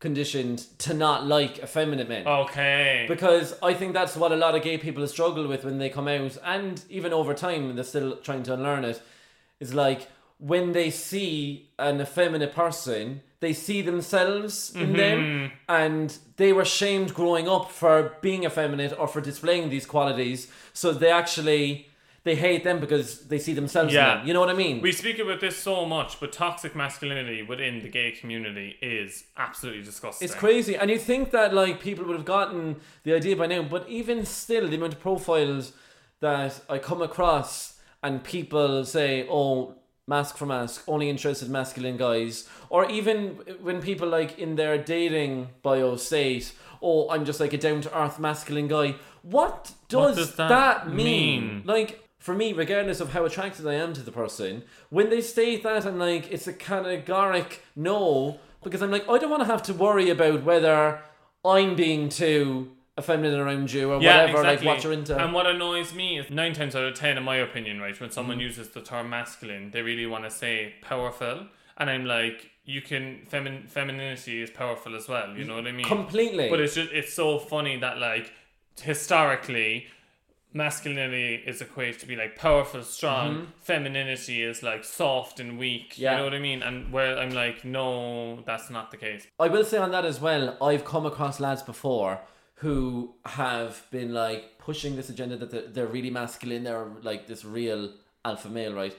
conditioned to not like effeminate men Okay. because i think that's what a lot of gay people struggle with when they come out and even over time they're still trying to unlearn it is like when they see an effeminate person they see themselves in them Mm-hmm. and they were shamed growing up for being effeminate or for displaying these qualities so they actually they hate them because they see themselves in Yeah. them you know what i mean we speak about this so much, but toxic masculinity within the gay community is absolutely disgusting. It's crazy. And you think that like people would have gotten the idea by now, but even still the amount of profiles that I come across and people say, Oh, mask for mask, only interested masculine guys or even when people like in their dating bio state, Oh, I'm just like a down to earth masculine guy. What does, does that that, mean? mean? Like for me, regardless of how attracted I am to the person, when they state that, I'm like, it's a categoric no because I'm like, I don't want to have to worry about whether I'm being too effeminate around you or whatever, like what you're into. And what annoys me is nine times out of ten, in my opinion, right, when Mm. someone uses the term masculine, they really want to say powerful, and I'm like, you can femin femininity is powerful as well. You know what I mean? Completely. But it's just it's so funny that like historically. Masculinity is equated to be like powerful, strong. Femininity is like soft and weak. Mm-hmm. Yeah. You know what I mean? And where I'm like, no, that's not the case. I will say on that as well, I've come across lads before who have been like pushing this agenda that they're, they're really masculine, they're like this real alpha male, right?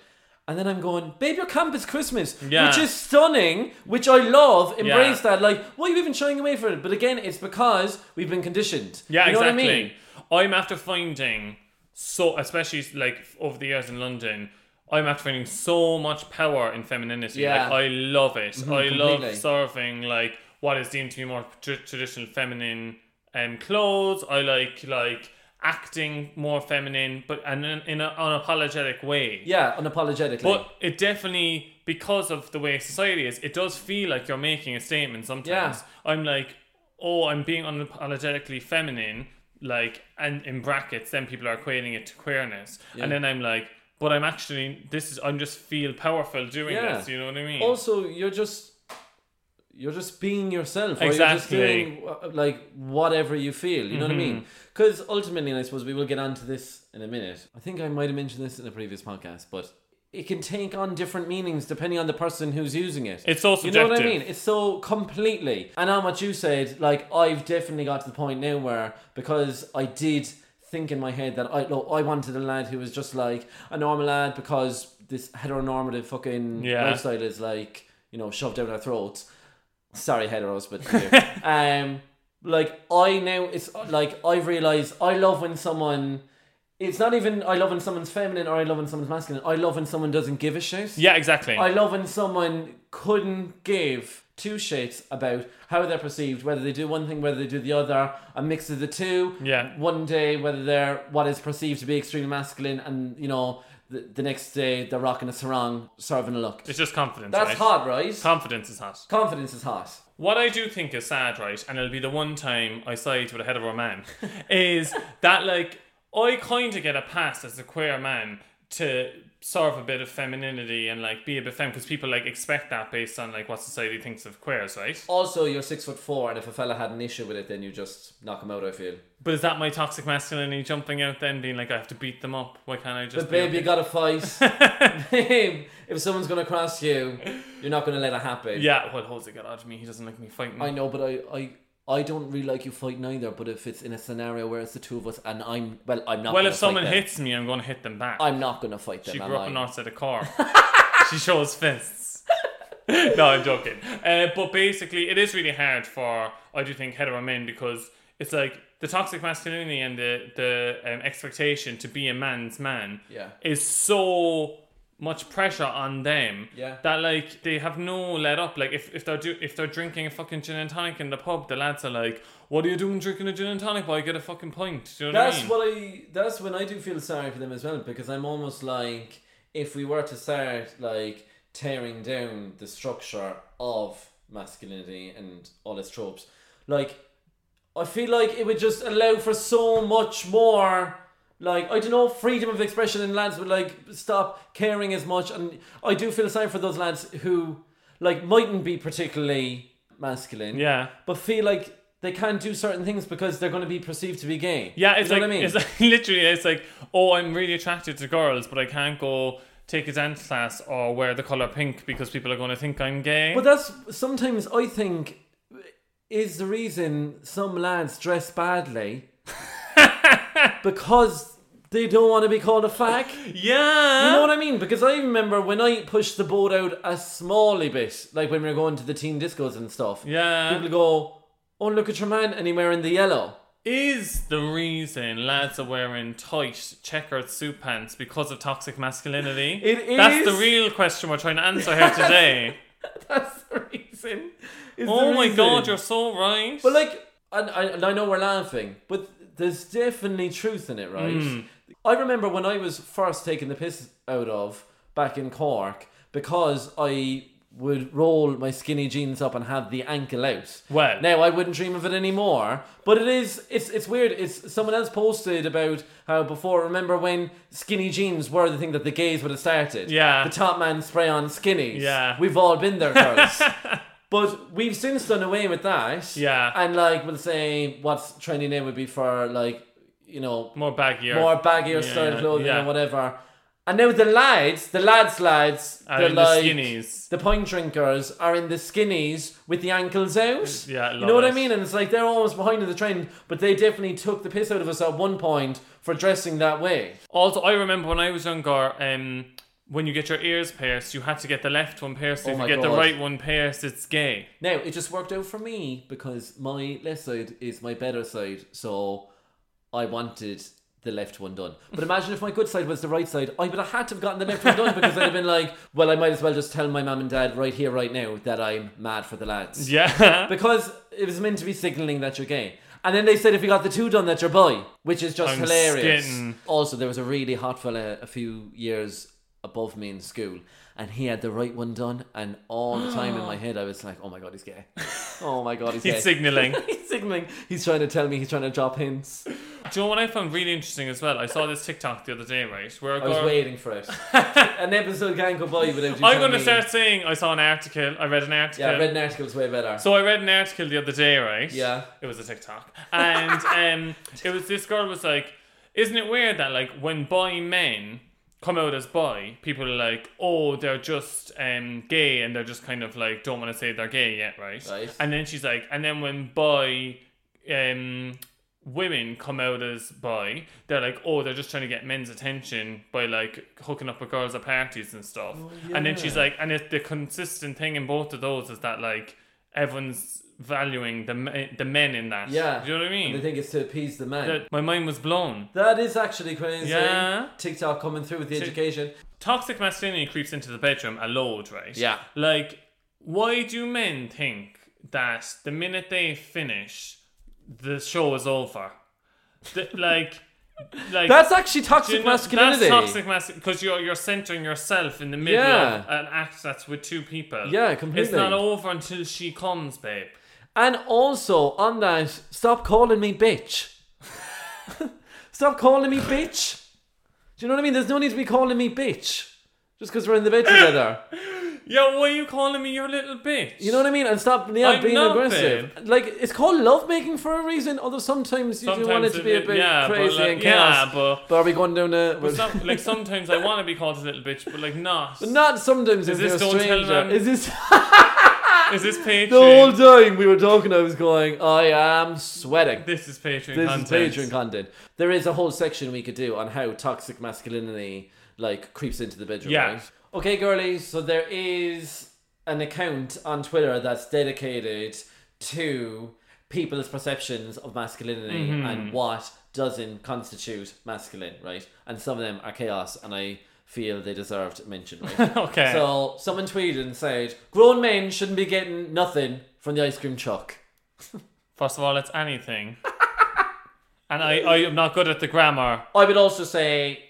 And then I'm going, babe, your camp is Christmas, Yeah. which is stunning, which I love. Embrace that. Like, why are you even shying away from it? But again, it's because we've been conditioned. Yeah, you know exactly. What I mean? I am after finding so, especially like over the years in London, I'm after finding so much power in femininity. Yeah. Mm-hmm, Like I love it. I love completely. surfing like what is deemed to be more tr- traditional feminine um, clothes. I like like acting more feminine, but and in, in an unapologetic way. Yeah, unapologetically. But it definitely, because of the way society is, it does feel like you're making a statement sometimes. I'm like, oh, I'm being unapologetically feminine, like, and in brackets, then people are equating it to queerness. And then I'm like, but I'm actually, this is, I'm just feel powerful doing Yeah. this, you know what I mean? also, you're just you're just being yourself. Or you're just Exactly. doing uh, like whatever you feel. You know what I mean? Mm-hmm. Because ultimately, and I suppose we will get onto this in a minute. I think I might have mentioned this in a previous podcast, but it can take on different meanings depending on the person who's using it. It's so You know what I subjective. mean? It's so completely. And on what you said, like I've definitely got to the point now where because I did think in my head that I look, I wanted a lad who was just like a normal lad because this heteronormative fucking Yeah. lifestyle is like you know shoved down our throats. Sorry, heteros, but you. um, like I now it's like I've realized I love when someone. It's not even I love when someone's feminine or I love when someone's masculine. I love when someone doesn't give a shit. yeah, exactly. I love when someone couldn't give two shits about how they're perceived, whether they do one thing, whether they do the other, a mix of the two. Yeah. One day, whether they're what is perceived to be extremely masculine, and you know, the, the next day they're rocking a sarong, serving a look. it's just confidence, That's right? hot, right? Confidence is hot. Confidence is hot. What I do think is sad, right, and it'll be the one time I side with a head of a man, is that like I kind of get a pass as a queer man to serve a bit of femininity and like be a bit femme because people like expect that based on like what society thinks of queers, right? Also, you're six foot four, and if a fella had an issue with it, then you just knock him out. I feel. But is that my toxic masculinity jumping out then, being like I have to beat them up? Why can't I just? But babe, be you okay? gotta fight. babe, if someone's gonna cross you, you're not gonna let it happen. yeah. Well, Jose got out of me. He doesn't like me fighting. I know, but I, I, I don't really like you fighting either. But if it's in a scenario where it's the two of us and I'm, well, I'm not. well, gonna if someone fight them. hits me, I'm going to hit them back. I'm not gonna fight them. She am grew up I? in north side of Cork. she shows fists. no, I'm joking. Uh, but basically, it is really hard for I do think hetero men because it's like the toxic masculinity and the the um, expectation to be a man's man Yeah. is so much pressure on them Yeah. that like they have no let up like if, if they're do if they're drinking a fucking gin and tonic in the pub the lads are like what are you doing drinking a gin and tonic boy get a fucking pint do you know what I That's mean? what I. That's when I do feel sorry for them as well because I'm almost like if we were to start like tearing down the structure of masculinity and all its tropes, like I feel like it would just allow for so much more. Like I don't know, freedom of expression, and lads would like stop caring as much. And I do feel sorry for those lads who like mightn't be particularly masculine, yeah but feel like they can't do certain things because they're going to be perceived to be gay. Yeah, it's you know like what I mean. it's like, literally it's like oh, I'm really attracted to girls, but I can't go take a dance class or wear the color pink because people are going to think I'm gay. but that's sometimes I think is the reason some lads dress badly because they don't want to be called a fack. yeah, You know what I mean? Because I remember when I pushed the boat out a smally bit, like when we were going to the teen discos and stuff. Yeah. People go, "Oh, look at your man, and he wearing the yellow." is the reason lads are wearing tight checkered suit pants because of toxic masculinity. It That's the is. real question we're trying to answer here today. That's the reason. It's the oh my reason. god, you're so right. But like, and I, and I know we're laughing, but there's definitely truth in it, right? Hmm. I remember when I was first taken the piss out of back in Cork because I would roll my skinny jeans up and have the ankle out. Well- now I wouldn't dream of it anymore. But it is, it's, it's weird. It's someone else posted about how before. Remember when skinny jeans were the thing that the gays would have started? Yeah. the top man spray on skinnies. Yeah. we've all been there, girls. But we've since done away with that. Yeah. And like we'll say what's trendy name would be for like, you know, more, more baggy, baggy or Yeah, style yeah, clothing yeah. or whatever. And now the lads, the lads lads, Are they're in the like skinnies. the pint drinkers are in the skinnies with the ankles out. Yeah, I you love know what I it. mean. And it's like they're almost behind in the trend, but they definitely took the piss out of us at one point for dressing that way. Also, I remember when I was younger, um, when you get your ears pierced, you had to get the left one pierced. Oh if my you get God. the right one pierced, it's gay. Now it just worked out for me because my left side is my better side, so I wanted the left one done. But imagine if my good side was the right side, I would have had to have gotten the left one done because I'd have been like, well, I might as well just tell my mum and dad right here, right now, that I'm mad for the lads. Yeah. Because it was meant to be signaling that you're gay. And then they said if you got the two done that you're boy, which is just I'm hilarious. skittin'. Also, there was a really hot fella a few years above me in school, and he had the right one done. And all the time in my head, I was like, "Oh my god, he's gay! Oh my god, he's, He's gay!" signalling. he's signaling. He's trying to tell me. He's trying to drop hints. Do you know what I found really interesting as well? I saw this TikTok the other day, right? Where a I was girl- waiting for it. an episode can't go by without you. I'm going telling to me- start saying I saw an article. I read an article. Yeah, I read an article. It's way better. So I read an article the other day, right? Yeah. It was a TikTok. And um, it was this girl was like, Isn't it weird that like when bi men come out as bi, people are like, Oh, they're just um gay and they're just kind of like don't want to say they're gay yet, right? Right. And then she's like, and then when bi um women come out as bi, they're like, oh, they're just trying to get men's attention by like hooking up with girls at parties and stuff. Oh, And then she's like, and it, the consistent thing in both of those is that like everyone's valuing the me- the men in that. yeah, do you know what I mean? And they think it's to appease the man. That- my mind was blown. that is actually crazy. Yeah. TikTok coming through with the education. Toxic masculinity creeps into the bedroom a load, right? Yeah. Like, why do men think that the minute they finish, the show is over? Th- like, like That's actually Do toxic you know- masculinity. That's toxic masculinity because you're you're centering yourself in the middle Yeah. of an act that's with two people. Yeah, completely. It's not over until she comes, babe. And also on that, stop calling me bitch. stop calling me bitch. Do you know what I mean? There's no need to be calling me bitch just because we're in the bed together. Yeah, why are you calling me your little bitch? You know what I mean? And stop yeah, I'm being not, aggressive. Like it's called love making for a reason. Although sometimes you do want it Sometimes to be a it- bit yeah, but crazy like- and chaos. yeah, but- are we going down a? But some, like sometimes I want to be called a little bitch, but like not. not sometimes if Is this you're a don't tell stranger. them? Is this Is this Patreon? the whole time we were talking? I was going, I am sweating. This is Patreon this content. is Patreon content. There is a whole section we could do on how toxic masculinity like creeps into the bedroom. Yeah. Right? Okay, girlies. So there is an account on Twitter that's dedicated to people's perceptions of masculinity Mm-hmm. and what doesn't constitute masculine, right? And some of them are chaos, and I feel they deserved mention. Right? Okay. So someone tweeted and said, "Grown men shouldn't be getting nothing from the ice cream truck." First of all, it's anything. and I, I am not good at the grammar. I would also say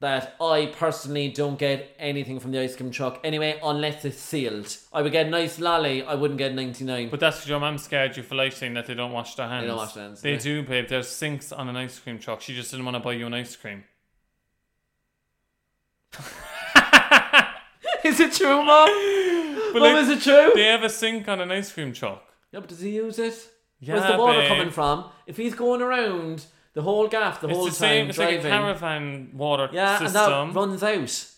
that I personally don't get anything from the ice cream truck anyway, unless it's sealed. I would get a nice lolly, I wouldn't get 99. But that's 'cause your mum scared you for life saying that they don't wash their hands. don't wash their hands, They yeah. do, babe. There's sinks on an ice cream truck. She just didn't want to buy you an ice cream. is it true, Mom? But Mom, like, is it true? They have a sink on an ice cream truck. Yeah, but does he use it? Where's Yeah, the water babe. coming from? If he's going around the whole gaff, the whole it's the time same. It's driving. like a caravan water yeah, system. and that runs out.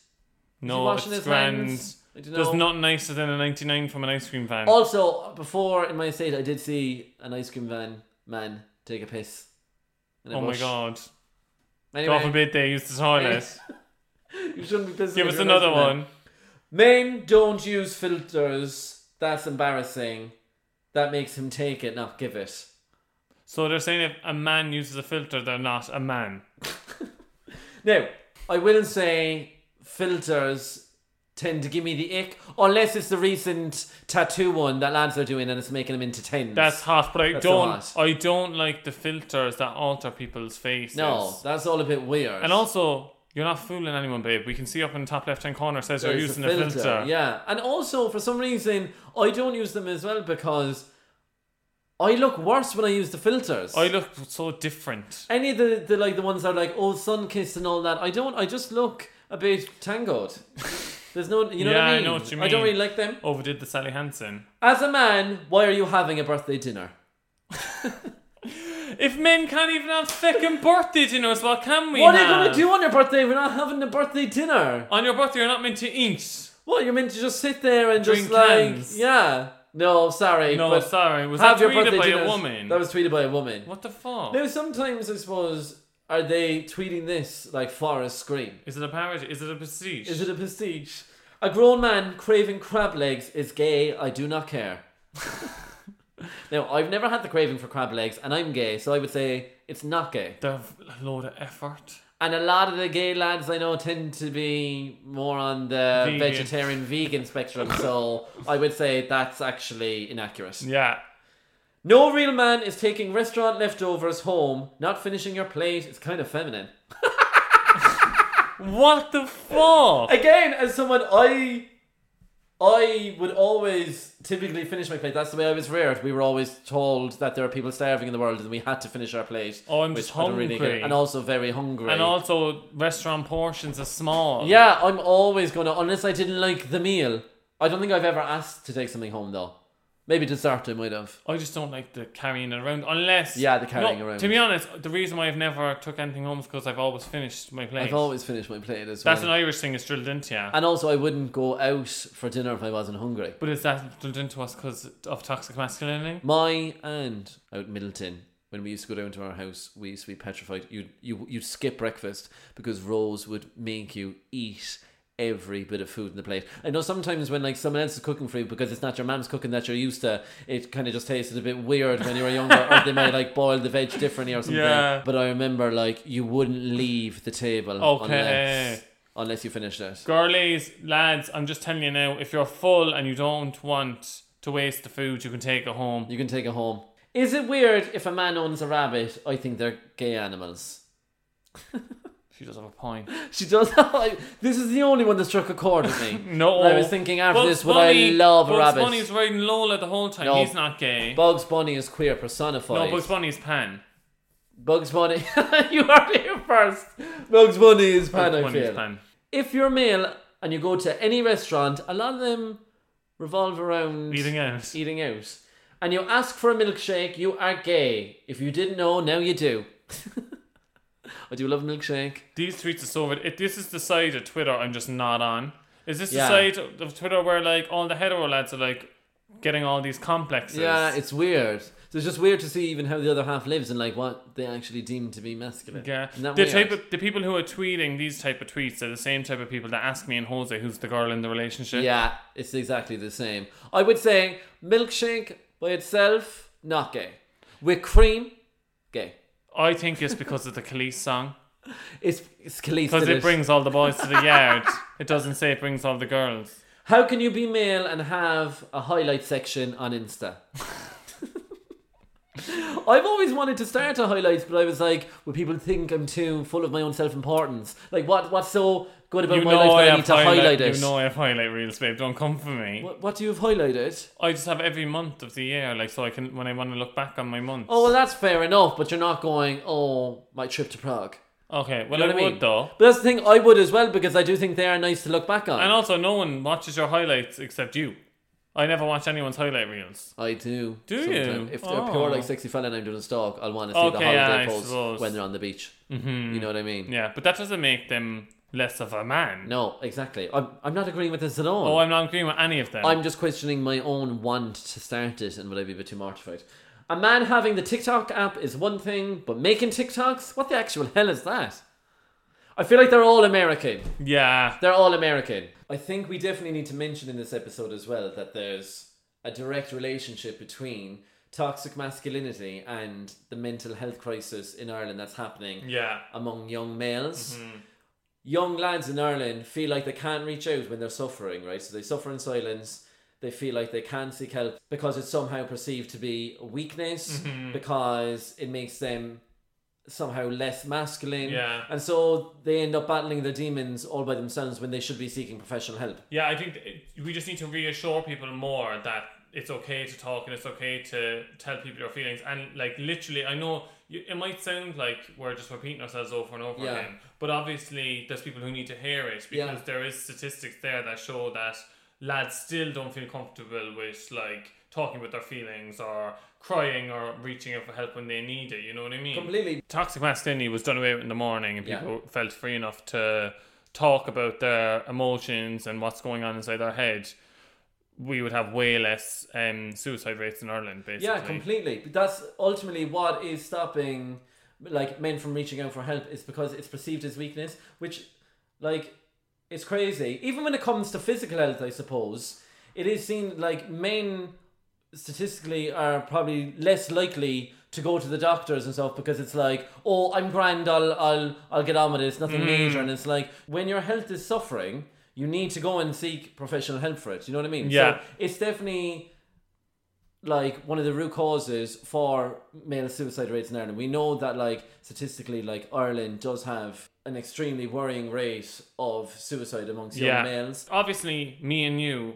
no, washing it's his grand. hands? I don't There's know. nothing nicer than a 99 from an ice cream van. Also, before in my estate, I did see an ice cream van man take a piss. in a oh my bush. god. Anyway, God forbid they use the toilet. you shouldn't be pissing. Give if us you're an ice another cream man. one. Men don't use filters. That's embarrassing. That makes him take it, not give it. So they're saying if a man uses a filter, they're not a man. Now, I will say filters tend to give me the ick, unless it's the recent tattoo one that lads are doing and it's making them into tens. That's hot, but I That's don't. so hot. I don't like the filters that alter people's faces. no, that's all a bit weird. and also you're not fooling anyone, babe. We can see up in the top left-hand corner it says There's you're using a filter. Yeah, and also for some reason I don't use them as well because I look worse when I use the filters. I look so different. any of the, the like the ones that are like oh sun kissed and all that i don't i just look a bit tangled there's no you know what Yeah, i I mean know what you i don't mean. really like them Overdid the Sally Hansen. as a man why are you having a birthday dinner If men can't even have second birthday dinners, what can we? what are you have? going to do on your birthday we're not having a birthday dinner on your birthday? You're not meant to eat. what you're meant to just sit there and just Drink like cans. yeah no sorry No, but sorry. Was have that your tweeted birthday by dinners- a woman? that was tweeted by a woman what the fuck? now sometimes i suppose are they tweeting this like forest scream Is it a parody? Is it a prestige? Is it a prestige? A grown man craving crab legs is gay. I do not care. Now, I've never had the craving for crab legs, and I'm gay, so I would say it's not gay. They're a load of effort. And a lot of the gay lads I know tend to be more on the Vegan. vegetarian vegan spectrum, so I would say that's actually inaccurate. Yeah. No real man is taking restaurant leftovers home, not finishing your plate. It's kind of feminine. What the fuck? Again, as someone, I. I would always typically finish my plate. That's the way I was reared. We were always told that there are people starving in the world and we had to finish our plate. Oh, I'm which just I don't really get. hungry. And also very hungry. And also, restaurant portions are small. Yeah, I'm always going to, unless I didn't like the meal. I don't think I've ever asked to take something home though. Maybe dessert I might have. I just don't like the carrying it around, unless Yeah, the carrying around. To be honest, the reason why I've never took anything home is because I've always finished my plate. I've always finished my plate as well. That's an Irish thing. It's drilled into you. and also, I wouldn't go out for dinner if I wasn't hungry. But is that drilled into us because of toxic masculinity? My aunt out Middleton, when we used to go down to our house, we used to be petrified. You'd you you'd skip breakfast because Rose would make you eat every bit of food in the plate. I know sometimes when like someone else is cooking for you because it's not your mum's cooking that you're used to, it kind of just tasted a bit weird when you were younger, or they might like boil the veg differently or something. Yeah. But I remember like you wouldn't leave the table Okay. unless unless you finished it. Girlies, lads, I'm just telling you now. If you're full and you don't want to waste the food, you can take it home. You can take it home. Is it weird if a man owns a rabbit? I think they're gay animals. She does have a point. She does. I, this is the only one that struck a chord with me. No, And I was thinking after this, would I love a Bugs rabbit? Bunny's riding Lola the whole time. No. He's not gay. Bugs Bunny is queer personified. no, Bugs Bunny's pan. Bugs Bunny. you heard it here first. Bugs Bunny is pan. Bugs I Bunny's feel. pan. If you're male and you go to any restaurant, a lot of them revolve around Eating out. Eating out. And you ask for a milkshake, you are gay. If you didn't know, now you do. I do love a milkshake. These tweets are so. rid- It, this is the side of Twitter I'm just not on. Is this Yeah. the side of Twitter where like all the hetero lads are like getting all these complexes? Yeah, it's weird. So it's just weird to see even how the other half lives and like what they actually deem to be masculine. yeah. Isn't The that weird? type of the people who are tweeting these type of tweets are the same type of people that ask me and Jose who's the girl in the relationship. Yeah, it's exactly the same. I would say milkshake by itself, not gay. With cream, gay. I think it's because of the Khalees song It's it's Khalees because did it brings all the boys to the yard. It doesn't say it brings all the girls. How can you be male and have a highlight section on Insta? I've always wanted to start a highlights, but I was like, "Would people think I'm too full of my own self-importance? Like, what? What's so good about You my know life I that I have need to highlight, it? You know I have highlight reels, babe. Don't come for me. what, what do you have highlighted? I just have every month of the year, like so I can when I want to look back on my months. Oh, well, that's fair enough, but you're not going, "Oh, my trip to Prague." okay. Well, You know I what I mean? would though. But that's the thing, I would as well because I do think they are nice to look back on. And also, no one watches your highlights except you. I never watch anyone's highlight reels. I do. Do sometime. you? If they're Oh. pure like sexy fella and I'm doing a stalk, I'll want to see the Okay, yeah, holiday I posts suppose. when they're on the beach. Mm-hmm. You know what I mean? Yeah, but that doesn't make them less of a man. No, exactly. I'm, I'm not agreeing with this at all. Oh, I'm not agreeing with any of them. I'm just questioning my own want to start it and would I be a bit too mortified? A man having the TikTok app is one thing, but making TikToks? What the actual hell is that? I feel like they're all American. yeah. They're all American. I think we definitely need to mention in this episode as well that there's a direct relationship between toxic masculinity and the mental health crisis in Ireland that's happening Yeah. among young males. Young lads in Ireland feel like they can't reach out when they're suffering, right? So they suffer in silence. They feel like they can't seek help because it's somehow perceived to be a weakness, because it makes them somehow less masculine. Yeah. And so they end up battling their demons all by themselves when they should be seeking professional help. Yeah, I think it- we just need to reassure people more that it's okay to talk and it's okay to tell people your feelings. And like literally, I know you, it might sound like we're just repeating ourselves over and over Yeah. again, but obviously there's people who need to hear it Yeah. because there is statistics there that show that lads still don't feel comfortable with like talking with their feelings or crying or reaching out for help when they need it. You know what I mean? Completely. toxic masculinity was done away with in the morning and Yeah. people felt free enough to talk about their emotions and what's going on inside their head we would have way less um, suicide rates in Ireland basically Yeah, completely. But that's ultimately what is stopping like men from reaching out for help is because it's perceived as weakness, which like it's crazy. Even when it comes to physical health, I suppose, it is seen like men statistically are probably less likely to go to the doctors and stuff because it's like, oh, I'm grand, I'll I'll I'll get on with it. It's nothing Mm. major, and it's like when your health is suffering, you need to go and seek professional help for it. You know what I mean? Yeah. So it's definitely like one of the root causes for male suicide rates in Ireland. We know that like statistically, like Ireland does have an extremely worrying rate of suicide amongst young yeah. males. Obviously, me and you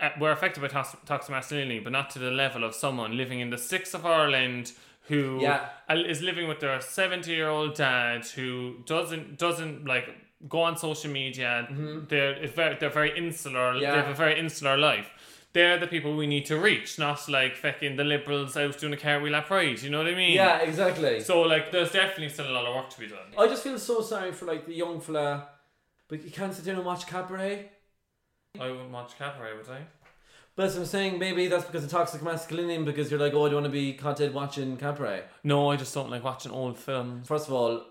uh, were affected by tox- toxic masculinity, but not to the level of someone living in the sixth of Ireland who uh, is Yeah. living with their seventy-year-old dad who doesn't doesn't like go on social media. They're it's very they're very insular. They Mm-hmm. Yeah. have a very insular life. They're the people we need to reach, not like fucking the liberals out doing a cartwheel at Pride. You know what I mean? Yeah, exactly. So like, there's definitely still a lot of work to be done. I just feel so sorry for like the young fella, but you can't sit down and watch cabaret. I wouldn't watch cabaret, would I? But as I'm saying, maybe that's because of toxic masculinity, and because you're like, oh, I don't want to be content watching cabaret. No, I just don't like watching old films. First of all,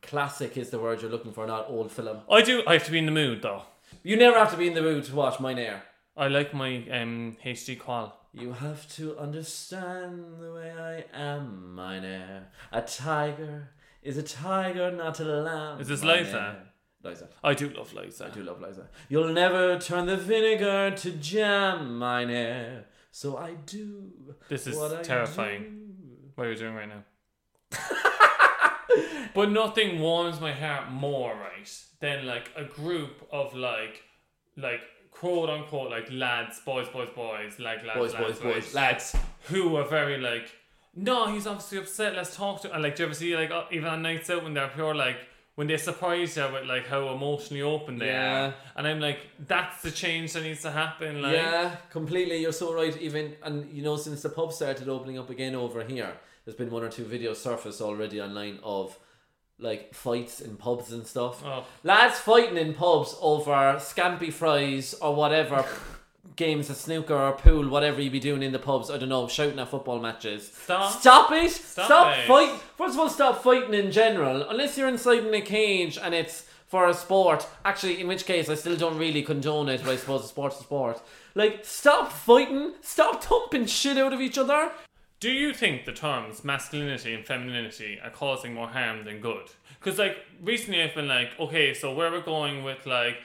classic is the word you're looking for, not old film. I do. I have to be in the mood though. You never have to be in the mood to watch Mine Air. I like my um, HD qual. You have to understand the way I am, mine heir. A tiger is a tiger, not a lamb. Is this mine Liza? heir. Liza. I do love Liza. I do love Liza. You'll never turn the vinegar to jam, mine heir. So I do. This is what I terrifying. What are you doing right now? but nothing warms my heart more, right, than like a group of like, like quote unquote like lads, boys, boys, boys, like lads, Boys, lads, boys, boys, right, lads. who are very like, no, he's obviously upset. Let's talk to. And like, do you ever see like uh, even on nights out when they're pure like when they surprise you with like how emotionally open they Yeah. are, and I'm like, that's the change that needs to happen. Like, Yeah, completely. You're so right. Even and you know, since the pub started opening up again over here, there's been one or two videos surface already online of like fights in pubs and stuff. Oh. Lads fighting in pubs over scampy fries or whatever games of snooker or pool, whatever you be doing in the pubs. I don't know, shouting at football matches. Stop. Stop it! Stop, it. fight. First of all, stop fighting in general. Unless you're inside in a cage and it's for a sport. Actually, in which case, I still don't really condone it. But I suppose a sport's a sport. Like, stop fighting. Stop thumping shit out of each other. Do you think the terms masculinity and femininity are causing more harm than good? Because, like, recently I've been like, okay, so where we're going with, like,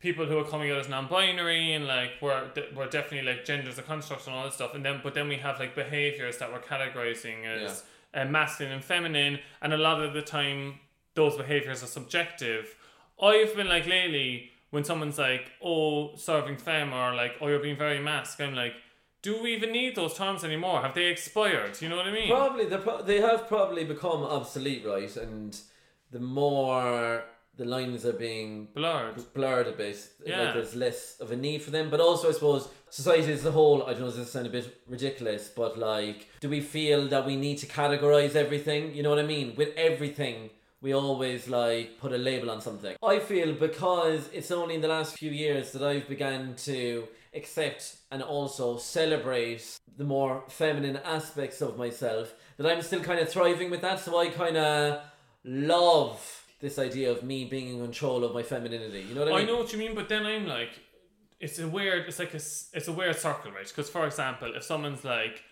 people who are coming out as non binary and, like, we're, de- we're definitely, like, genders a construct and all this stuff, and then, but then we have, like, behaviors that we're categorizing as uh, masculine and feminine, and a lot of the time those behaviors are subjective. I've been like, lately, when someone's like, oh, serving femme, or like, oh, you're being very mask, I'm like, do we even need those terms anymore? Have they expired? You know what I mean? Probably they pro- they have probably become obsolete, right? And the more the lines are being Blurred. blurred a bit, Yeah. like there's less of a need for them. But also, I suppose society as a whole. I don't know. Does this sound a bit ridiculous? But like, do we feel that we need to categorize everything? You know what I mean? With everything. We always like put a label on something. I feel because it's only in the last few years that I've began to accept and also celebrate the more feminine aspects of myself that I'm still kind of thriving with that. So I kind of love this idea of me being in control of my femininity. You know what I I mean? know what you mean, but then I'm like, it's a weird, it's like a, s- it's a weird circle, right? Because for example, if someone's like,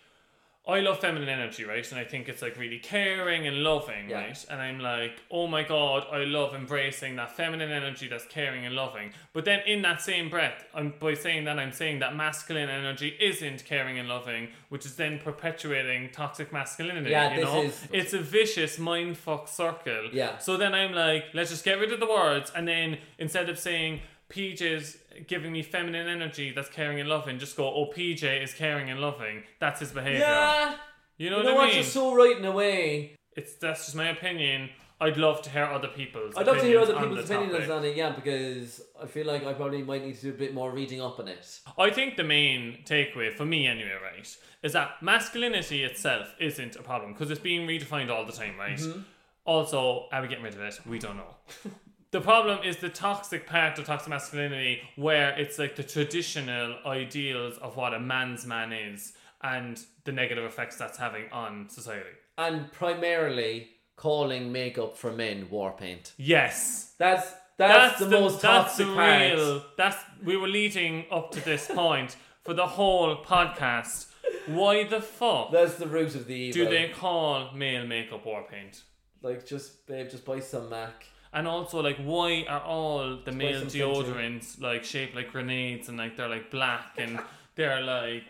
I love feminine energy, right? And I think it's like really caring and loving, Yeah. right? And I'm like, oh my god, I love embracing that feminine energy that's caring and loving. But then in that same breath, I'm by saying that I'm saying that masculine energy isn't caring and loving, which is then perpetuating toxic masculinity. Yeah, you this know? is- it's a vicious mindfuck circle. Yeah. So then I'm like, let's just get rid of the words, and then instead of saying PJ is giving me feminine energy that's caring and loving, just go, oh PJ is caring and loving. That's his behavior. Yeah. You know You what know I what? mean? You're so right in a way. it's that's just my opinion. I'd love to hear other people's. I'd love to hear other on people's the opinions topic. on it, yeah, because I feel like I probably might need to do a bit more reading up on it. I think the main takeaway for me, anyway, right, is that masculinity itself isn't a problem because it's being redefined all the time, right? Mm-hmm. Also, are we getting rid of it? We don't know. the problem is the toxic part of toxic masculinity, where it's like the traditional ideals of what a man's man is and the negative effects that's having on society. And primarily calling makeup for men war paint. Yes. That's that's, the, most that's toxic the part. real. That's we were leading up to this point for the whole podcast. Why the fuck That's the root of the evil. do they call male makeup war paint? Like, just, babe, just buy some Mac. And also, like, why are all the male some Fenty. deodorants like shaped like grenades and like they're like black and they're like,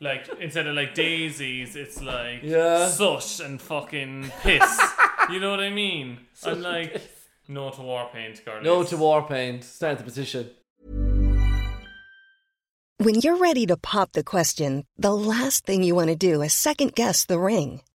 like instead of like daisies, it's like Yeah. sush and fucking piss. you know what I mean? and like, no to war paint, girl. No to war paint. Start the petition. When you're ready to pop the question, the last thing you want to do is second guess the ring.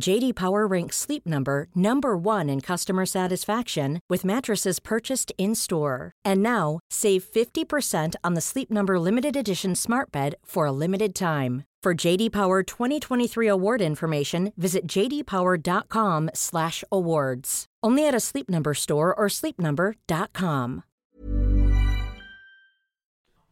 JD Power ranks Sleep Number number 1 in customer satisfaction with mattresses purchased in-store. And now, save 50% on the Sleep Number limited edition Smart Bed for a limited time. For JD Power 2023 award information, visit jdpower.com/awards. Only at a Sleep Number store or sleepnumber.com.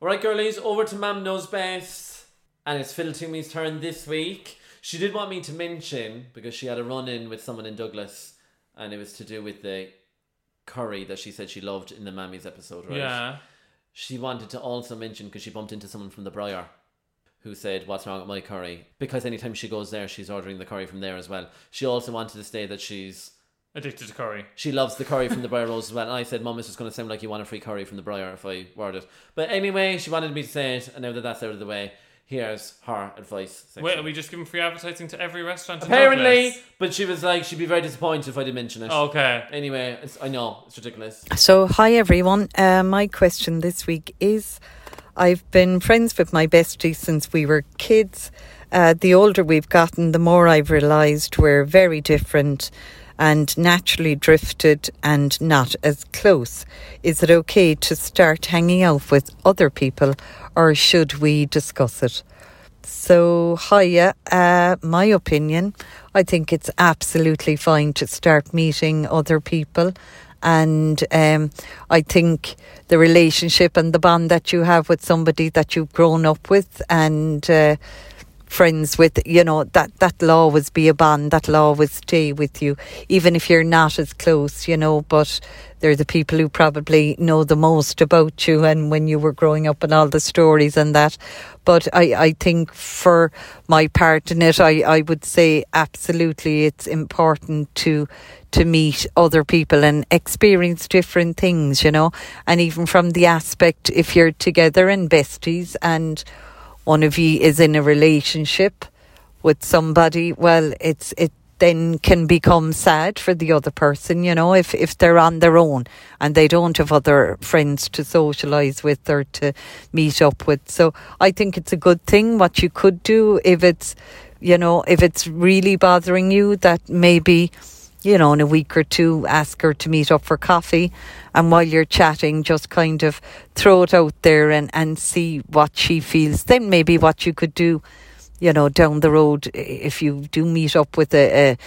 Alright, girlies, over to Mam Knows Best. And it's Fiddle to Me's turn this week. She did want me to mention, because she had a run in with someone in Douglas, and it was to do with the curry that she said she loved in the Mammies episode, right? Yeah. She wanted to also mention, because she bumped into someone from the Briar who said, What's wrong with my curry? Because anytime she goes there, she's ordering the curry from there as well. She also wanted to say that she's Addicted to curry. she loves the curry from the Briar Rose as well. And I said, Mum, it's just going to sound like you want a free curry from the Briar if I word it. But anyway, she wanted me to say it, and now that that's out of the way, here's her advice. section. Wait, are we just giving free advertising to every restaurant? in Apparently, Douglas? but she was like, she'd be very disappointed if I didn't mention it. Okay. Anyway, it's, I know, it's ridiculous. So, hi everyone. Uh, my question this week is I've been friends with my bestie since we were kids. Uh, the older we've gotten, the more I've realised we're very different and naturally drifted and not as close. Is it okay to start hanging out with other people or should we discuss it? So, hiya. Uh, my opinion, I think it's absolutely fine to start meeting other people. And um, I think the relationship and the bond that you have with somebody that you've grown up with and uh, friends with, you know, that, that'll always be a bond, that'll always stay with you, even if you're not as close, you know. But they're the people who probably know the most about you and when you were growing up and all the stories and that. But I, I think for my part in it, I, I would say absolutely it's important to to meet other people and experience different things, you know. And even from the aspect if you're together and besties and one of you is in a relationship with somebody, well, it's it then can become sad for the other person, you know, if if they're on their own and they don't have other friends to socialize with or to meet up with. So I think it's a good thing what you could do if it's you know, if it's really bothering you that maybe you know, in a week or two, ask her to meet up for coffee. And while you're chatting, just kind of throw it out there and, and see what she feels. Then maybe what you could do, you know, down the road, i- if you do meet up with a, a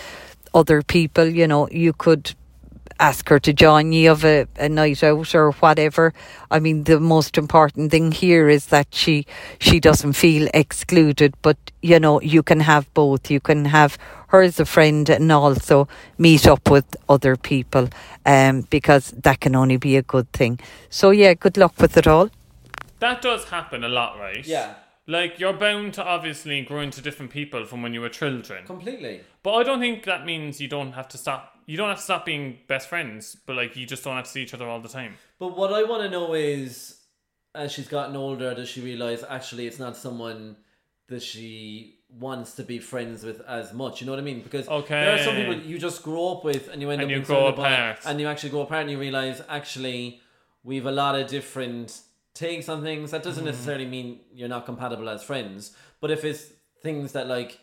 other people, you know, you could ask her to join you of a, a night out or whatever. I mean, the most important thing here is that she she doesn't feel excluded. But you know, you can have both. You can have her as a friend and also meet up with other people, um, because that can only be a good thing. So yeah, good luck with it all. That does happen a lot, right? Yeah. Like, you're bound to obviously grow into different people from when you were children. Completely. But I don't think that means you don't have to stop. You don't have to stop being best friends, but like you just don't have to see each other all the time. But what I want to know is, as she's gotten older, does she realize actually it's not someone that she wants to be friends with as much? You know what I mean? Because there are some Okay. people you just grow up with, and you end And up you being grow surrounded by- apart. and you actually grow apart, and you realize actually we've a lot of Mm-hmm. different takes on things. That doesn't necessarily mean you're not compatible as friends, but if it's things that like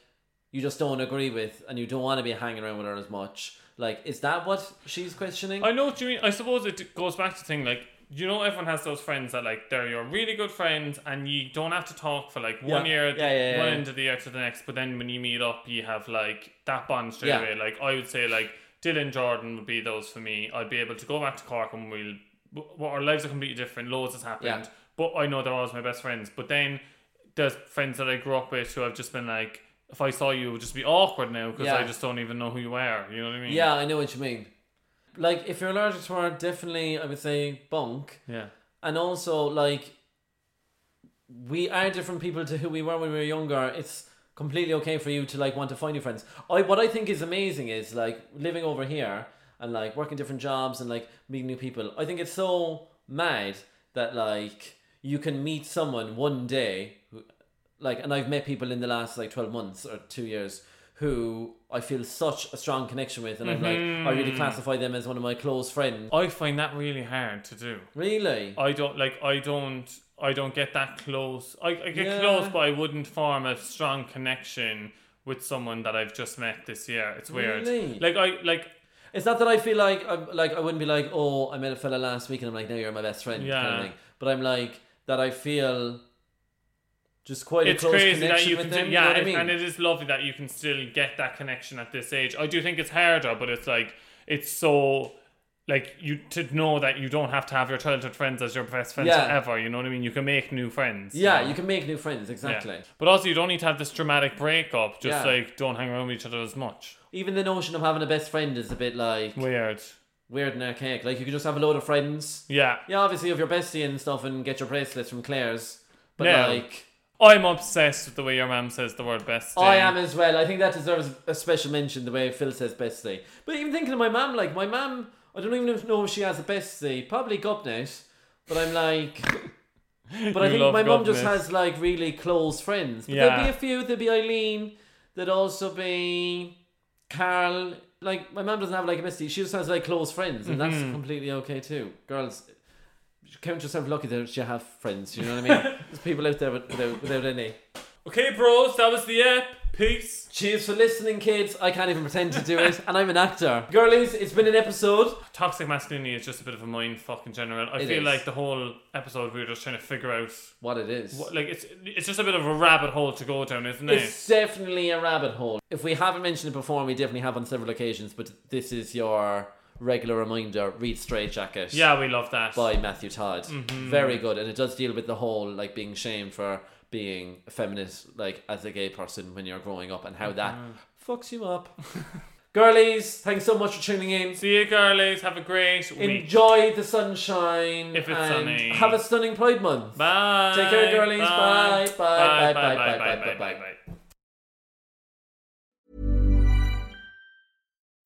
you just don't agree with and you don't want to be hanging around with her as much. Like, is that what she's questioning? I know what you mean. I suppose it goes back to thing like you know everyone has those friends that like they're your really good friends and you don't have to talk for like one Yeah. year, Yeah, yeah, yeah, one yeah. end of the year to the next. But then when you meet up, you have like that bond straight Yeah. away. Like I would say, like Dylan Jordan would be those for me. I'd be able to go back to Cork and we'll w- our lives are completely different. Loads has happened, Yeah. but I know they're always my best friends. But then there's friends that I grew up with who I've just been like. If I saw you, it would just be awkward now because Yeah. I just don't even know who you are. You know what I mean? yeah, I know what you mean. Like, if you're allergic to her, definitely I would say bunk. Yeah. And also, like, we are different people to who we were when we were younger. It's completely okay for you to like want to find new friends. I what I think is amazing is like living over here and like working different jobs and like meeting new people. I think it's so mad that like you can meet someone one day who, like and I've met people in the last like 12 months or 2 years who I feel such a strong connection with and I'm like I really classify them as one of my close friends. I find that really hard to do. Really? I don't like. I don't. I don't get that close. I, I get Yeah. close, but I wouldn't form a strong connection with someone that I've just met this year. It's weird. Really? Like I like. It's not that I feel like I'm like I wouldn't be like, oh, I met a fella last week and I'm like, now you're my best friend. Kind Yeah. of thing. But I'm like that. I feel just quite It's a close crazy that connection you with can. them. do, you know yeah, what I it- mean? and it is lovely that you can still get that connection at this age. I do think it's harder, but it's like it's so. Like you to know that you don't have to have your childhood friends as your best friends Yeah. forever. You know what I mean. You can make new friends. yeah, you can make new friends exactly. Yeah. But also, you don't need to have this dramatic breakup. Just Yeah. like don't hang around with each other as much. Even the notion of having a best friend is a bit like Weird. weird and archaic. Like you could just have a load of friends. Yeah. Yeah, obviously you have your bestie and stuff and get your bracelets from Claire's. But No. like I'm obsessed with the way your mum says the word bestie. I am as well. I think that deserves a special mention the way Phil says bestie. But even thinking of my mum, like my mum, I don't even know if she has a bestie. Probably gobnet, but I'm like. But I You think love my mum just gobnet. has like really close friends. But Yeah. there'll be a few. There'll be Eileen. There'd also be Carl. Like my mum doesn't have like a bestie. She just has like close friends, and Mm-hmm. that's completely okay too. Girls, count yourself lucky that you have friends. You know what I mean? There's people out there with- without, without any. Okay, bros, that was the app. Peace. Cheers for listening, kids. I can't even pretend to do it, and I'm an actor. Girlies, it's been an episode. Toxic masculinity is just a bit of a mind fuck in general. I It feel is. like the whole episode we were just trying to figure out. What it is. What, like it's it's just a bit of a rabbit hole to go down, isn't it? It's definitely a rabbit hole. If we haven't mentioned it before, and we definitely have on several occasions, but this is your regular reminder read Straight Jacket yeah, Mm-hmm. we love that. by Matthew Todd. Very good, and it does deal with the whole like being shamed for being a feminist, like as a gay person when you're growing up, and how that Mm-hmm. fucks you up. Girlies, thanks so much for tuning in. See you, girlies. Have a great week. Enjoy the sunshine. If it's and sunny. Have a stunning Pride Month. Bye. Take care, girlies. Bye. Bye. Bye. Bye. Bye. Bye. Bye. Bye. Bye.